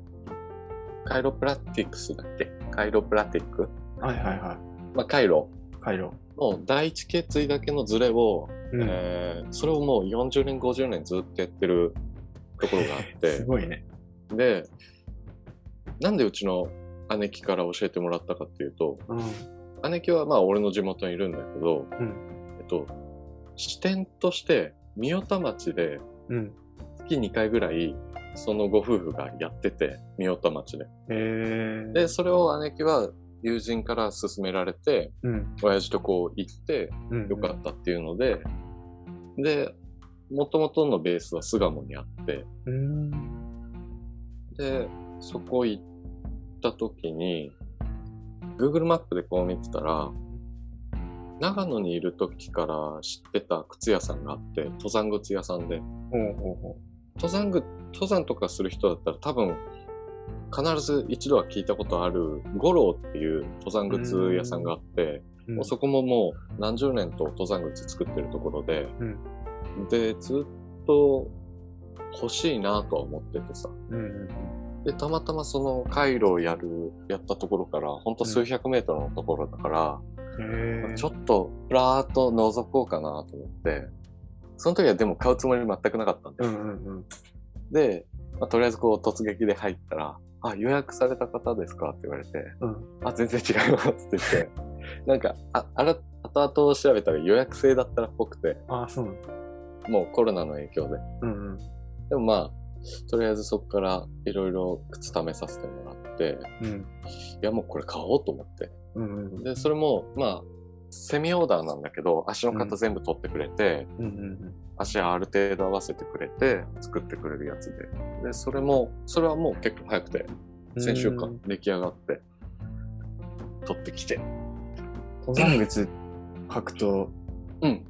Speaker 2: カイロプラティクスだっけカイロプラティック
Speaker 1: はいはいはい。
Speaker 2: まあカイロ。
Speaker 1: 回路。
Speaker 2: の第一頸椎だけのズレを、
Speaker 1: うん
Speaker 2: えーそれをもう40年50年ずっとやってるところがあっ
Speaker 1: す
Speaker 2: て
Speaker 1: ごいね。
Speaker 2: でなんでうちの姉貴から教えてもらったかっていうと
Speaker 1: うん。
Speaker 2: 姉貴はまあ俺の地元にいるんだけど、
Speaker 1: うん
Speaker 2: えっと、支店として、三代田町で
Speaker 1: うん。
Speaker 2: 月2回ぐらい、そのご夫婦がやってて、三代田町で。
Speaker 1: へえ。
Speaker 2: で、それを姉貴は友人から勧められて、
Speaker 1: うん。
Speaker 2: 親父とこう行って、
Speaker 1: うん。
Speaker 2: よかったっていうので、で、元々のベースは巣鴨にあって、
Speaker 1: うん。
Speaker 2: で、そこ行った時に、Google マップでこう見てたら、長野にいる時から知ってた靴屋さんがあって、登山靴屋さんで、
Speaker 1: ほうほうほ
Speaker 2: 登山具、登山とかする人だったら多分、必ず一度は聞いたことある、五郎っていう登山靴屋さんがあって、
Speaker 1: う。
Speaker 2: もうそこももう何十年と登山靴作ってるところで、で、ずっと欲しいなとは思っててさ。
Speaker 1: うん。うん。
Speaker 2: で、たまたまその回路をやる、やったところから、ほんと数百メートルのところだから、
Speaker 1: へえ。
Speaker 2: ちょっと、ふらーっと覗こうかなと思って、その時はでも買うつもり全くなかったんで
Speaker 1: う
Speaker 2: す。
Speaker 1: んうんうん。
Speaker 2: で、まあとりあえずこう突撃で入ったら、あ、予約された方ですかって言われて、
Speaker 1: うん
Speaker 2: あ、全然違いますって言って、なんか、あ、あら、後々調べたら予約制だったらっぽくて、
Speaker 1: ああ、そうなんだ。
Speaker 2: もうコロナの影響で。
Speaker 1: うんうん。
Speaker 2: でもまあ、とりあえずそこからいろいろ靴試させてもらって、
Speaker 1: うん。
Speaker 2: いやもうこれ買おうと思って。
Speaker 1: うんうんうん。
Speaker 2: で、それもまあ、セミオーダーなんだけど、足の型全部取ってくれて、
Speaker 1: うんうん
Speaker 2: 足ある程度合わせてくれて、作ってくれるやつで。で、それも、それはもう結構早くて、
Speaker 1: うん。
Speaker 2: 先週か
Speaker 1: うん
Speaker 2: 出来上がって、取ってきて。
Speaker 1: 登山靴履くと、
Speaker 2: うん。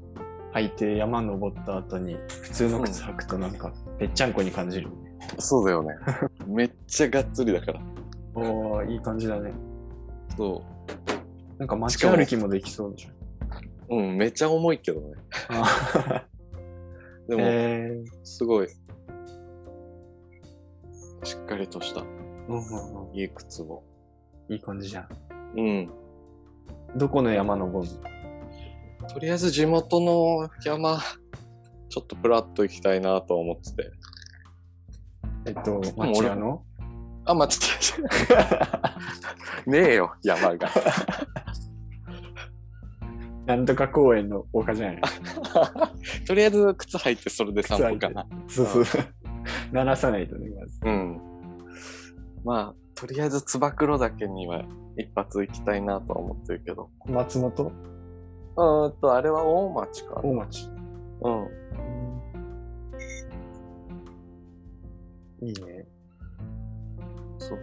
Speaker 1: 履いて山登った後に、普通の靴履くとなんか、ぺっちゃんこに感じる。
Speaker 2: そうだよね。めっちゃがっつりだから。
Speaker 1: おおいい感じだね。
Speaker 2: そ
Speaker 1: なんか街歩きもできそうじ
Speaker 2: う。うん、めっちゃ重いけどね。
Speaker 1: ゃん。あ
Speaker 2: で
Speaker 1: ー
Speaker 2: も、
Speaker 1: へえ。
Speaker 2: すごい、しっかりとした
Speaker 1: うんうんう
Speaker 2: いい靴を。
Speaker 1: ん。いい感じじゃん。
Speaker 2: うん。
Speaker 1: どこの山登る
Speaker 2: とりあえず地元の山、ちょっとプラッと行きたいなと思ってて。
Speaker 1: えっと、町屋の
Speaker 2: あ、間違 えた。ねえよ、山が。
Speaker 1: なんとか公園の丘じゃない
Speaker 2: とりあえず靴履いてそれで散歩かな。
Speaker 1: そうそう。 鳴らさないとね、まず。
Speaker 2: うん。まあ、とりあえずつば九郎岳には一発行きたいなとは思ってるけど。
Speaker 1: 松本
Speaker 2: うーんと、あれは大町か
Speaker 1: 大町。
Speaker 2: な。うん。
Speaker 1: いいね。
Speaker 2: そう。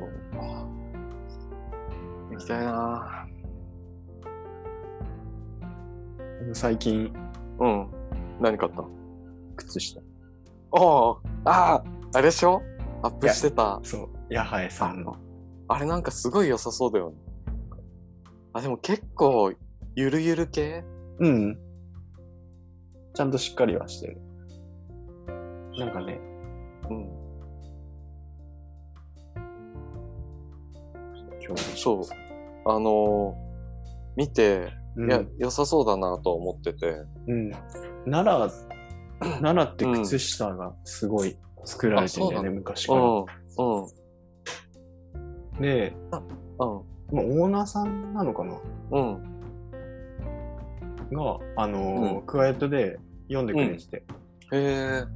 Speaker 2: 行きたいな
Speaker 1: 最近、
Speaker 2: うん。何買った靴下。おおあああれでしょアップしてた。
Speaker 1: そう、ヤハエさんの。
Speaker 2: あれなんかすごい良さそうだよね。あ、でも結構、ゆるゆる系
Speaker 1: うん。ちゃんとしっかりはしてる。なんかね、
Speaker 2: うん。
Speaker 1: 今日。
Speaker 2: そう。あのー見て、
Speaker 1: うん
Speaker 2: いや、良さそうだなと思ってて。
Speaker 1: うん。奈良、 奈良って靴下がすごい作られてるんだよね、
Speaker 2: う
Speaker 1: 昔
Speaker 2: う
Speaker 1: か
Speaker 2: ん。
Speaker 1: ら。
Speaker 2: うん。うん。
Speaker 1: で、まあ、オーナーさんなのかな
Speaker 2: うん。
Speaker 1: が、あのー
Speaker 2: う
Speaker 1: クワイエットで読んでくれてて。
Speaker 2: へえ。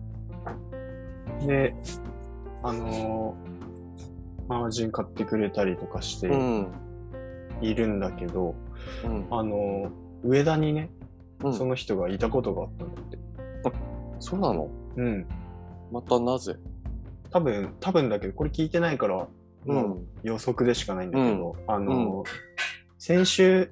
Speaker 1: で、あのーマガジン買ってくれたりとかして
Speaker 2: うん。
Speaker 1: いるんだけど、
Speaker 2: うん。
Speaker 1: あのー上田にね、
Speaker 2: うん
Speaker 1: その人がいたことがあったんだって。
Speaker 2: そうなの
Speaker 1: うん。
Speaker 2: またなぜ
Speaker 1: 多分、多分だけど、これ聞いてないから、もう。予測でしかないんだけど、あのー先週、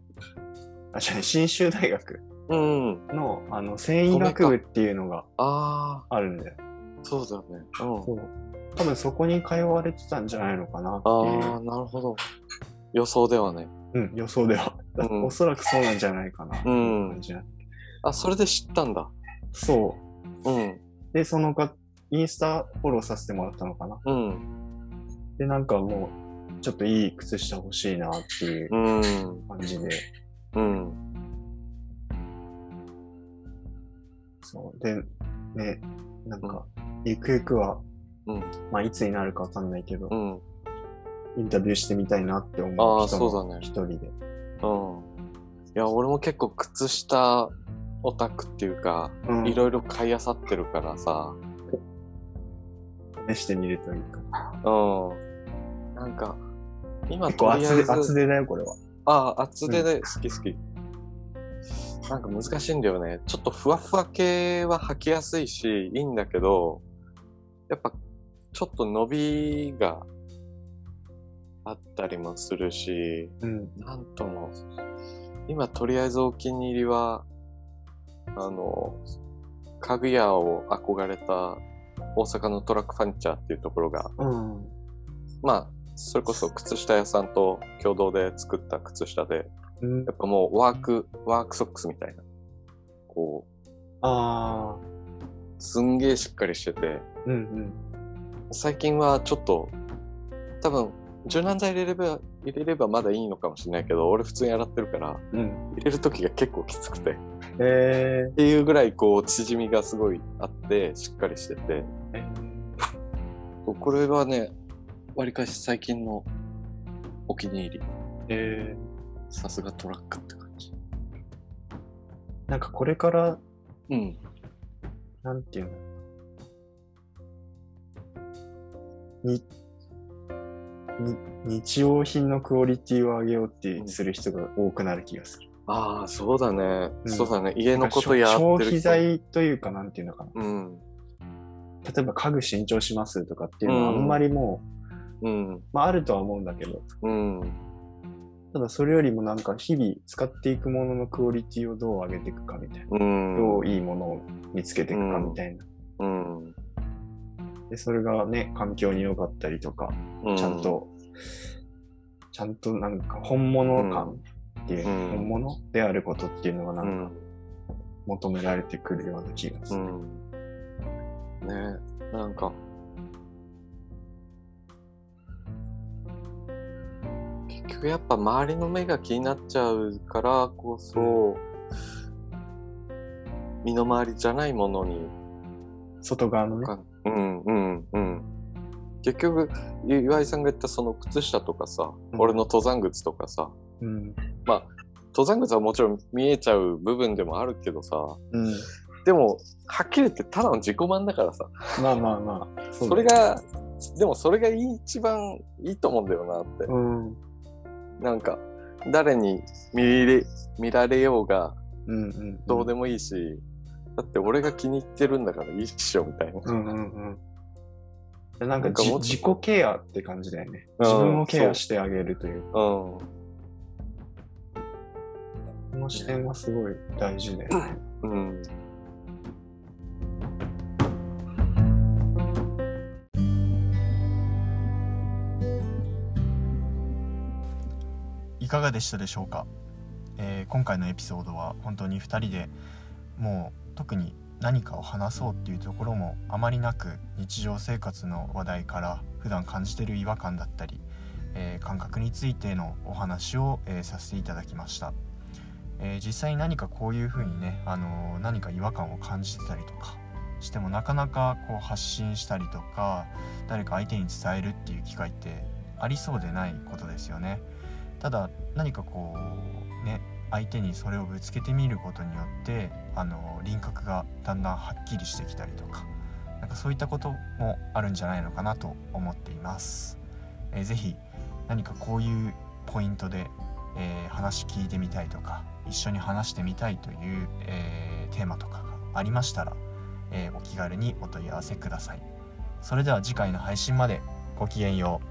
Speaker 1: あ、違う、信州大学
Speaker 2: うん。
Speaker 1: の、あの、繊維学部っていうのが
Speaker 2: あ
Speaker 1: あるんだよ。
Speaker 2: あ、そうだね。うん。
Speaker 1: そう。多分そこに通われてたんじゃないのかなっていう
Speaker 2: ああ、なるほど。予想ではね。
Speaker 1: うん、予想では。
Speaker 2: うん
Speaker 1: おそらくそうなんじゃないかな。
Speaker 2: うん
Speaker 1: 感じな
Speaker 2: あ、それで知ったんだ。
Speaker 1: そ
Speaker 2: うん、
Speaker 1: う。で、そのか、インスタフォローさせてもらったのかな。
Speaker 2: うん、
Speaker 1: で、なんかもう、ちょっといい靴下欲しいなっていう
Speaker 2: うん、
Speaker 1: 感じで、
Speaker 2: うん、
Speaker 1: そう。で、ね、なんか、ゆくゆくは、
Speaker 2: うん
Speaker 1: まあ、いつになるかわかんないけど、
Speaker 2: うん。
Speaker 1: インタビューしてみたいなって思
Speaker 2: あ
Speaker 1: う
Speaker 2: あ、
Speaker 1: 人
Speaker 2: そ
Speaker 1: も
Speaker 2: うだね
Speaker 1: 一。人で
Speaker 2: うん。や、俺も結構靴下オタクっていうか、
Speaker 1: うん
Speaker 2: いろいろ買い漁ってるからさ、
Speaker 1: 試してみるといいか。
Speaker 2: うん。なんか、今
Speaker 1: 結
Speaker 2: と
Speaker 1: 構
Speaker 2: りあえ
Speaker 1: 厚手、厚
Speaker 2: ず、
Speaker 1: 手だよ、これは。
Speaker 2: ああ、厚手で好き好き。なんか難しいんだよね。ちょっとふわふわ系は履きやすいし、いいんだけど、やっぱちょっと伸びがあったりもするし、
Speaker 1: うん。
Speaker 2: なんとも、今とりあえずお気に入りは、あの、家具屋を憧れた大阪のトラックファニチャーっていうところが、
Speaker 1: うん。
Speaker 2: まあ、それこそ靴下屋さんと共同で作った靴下で、
Speaker 1: うん
Speaker 2: やっぱもうワーク、ワークソックスみたいな。こ
Speaker 1: ああ。
Speaker 2: う、すんげえしっかりしてて、
Speaker 1: うんうん。
Speaker 2: 最近はちょっと、多分、柔軟剤入れれば、入れればまだいいのかもしれないけど、俺普通に洗ってるから、
Speaker 1: うん。
Speaker 2: 入れる時が結構きつくて。
Speaker 1: え
Speaker 2: っていうぐらいこう縮みがすごいあってしっかりしてて
Speaker 1: え
Speaker 2: これはねわりかし最近のお気に入り
Speaker 1: え
Speaker 2: さすがトラックって感じ
Speaker 1: ー、なんかこれから、
Speaker 2: うん
Speaker 1: なんていうのに、に、日用品のクオリティを上げようってする人が多くなる気がする。
Speaker 2: ああそうだね、
Speaker 1: うん
Speaker 2: そうだね家
Speaker 1: な
Speaker 2: の
Speaker 1: んか
Speaker 2: こ
Speaker 1: 消
Speaker 2: とやってる
Speaker 1: 消費財というか、なんていうのかな。
Speaker 2: うん
Speaker 1: 例えば家具新調しますとかっていうのはあ
Speaker 2: うん
Speaker 1: んまりもう、
Speaker 2: うん
Speaker 1: まああるとは思うんだけど、
Speaker 2: うん
Speaker 1: ただそれよりもなんか日々使っていくもののクオリティをどう上げていくかみたいな。
Speaker 2: うん
Speaker 1: どういいものを見つけていくかみたいな。
Speaker 2: うん
Speaker 1: で、それがね、環境に良かったりとか、
Speaker 2: う
Speaker 1: ちゃんと、ちゃんとなんか本物感っていう、
Speaker 2: うん
Speaker 1: 本物であることっていうのがな
Speaker 2: うん
Speaker 1: か
Speaker 2: ん
Speaker 1: 求められてくるような気がす
Speaker 2: う
Speaker 1: る。
Speaker 2: んねなんか結局やっぱ周りの目が気になっちゃうからこそ、身の回りじゃないものに
Speaker 1: 外側のね。
Speaker 2: かうんうんうん結局ゆ岩井さんが言ったその靴下とかさ、
Speaker 1: うん
Speaker 2: 俺の登山靴とかさ
Speaker 1: うん。
Speaker 2: 登山靴はもちろん見えちゃう部分でもあるけどさ
Speaker 1: うん。
Speaker 2: でもはっきり言ってただの自己満だからさ
Speaker 1: まあまあまあ。
Speaker 2: それ
Speaker 1: が、
Speaker 2: が、でもそれが一番いいと思うんだよなって。
Speaker 1: うん。うん
Speaker 2: なんか、誰に見れ見られようが
Speaker 1: うん。
Speaker 2: どうでもいいし、だって俺が気に入ってるんだからいいっしょみたいな。
Speaker 1: うんうんうん。なんか
Speaker 2: なんか
Speaker 1: じ
Speaker 2: もっと
Speaker 1: 自己ケアって感じだよね。
Speaker 2: うん
Speaker 1: 自分をケアしてあげるという。
Speaker 2: うん。
Speaker 1: この視点はすごい大事だよね。
Speaker 2: うん。
Speaker 3: いかがでしたでしょうか、えー今回のエピソードは本当に2人でもう特に何かを話そうっていうところもあまりなく日常生活の話題から普段感じてる違和感だったり、えー感覚についてのお話を、えーさせていただきました、えー実際に何かこういうふうにね、あのー何か違和感を感じてたりとかしてもなかなかこう発信したりとか誰か相手に伝えるっていう機会ってありそうでないことですよね。ただ何かこうね相手にそれをぶつけてみることによってあの輪郭がだんだんはっきりしてきたりとかなんかそういったこともあるんじゃないのかなと思っています。えー、ぜひ何かこういうポイントで、えー話聞いてみたいとか一緒に話してみたいという、えーテーマとかがありましたら、えーお気軽にお問い合わせください。それでは次回の配信までごきげんよう。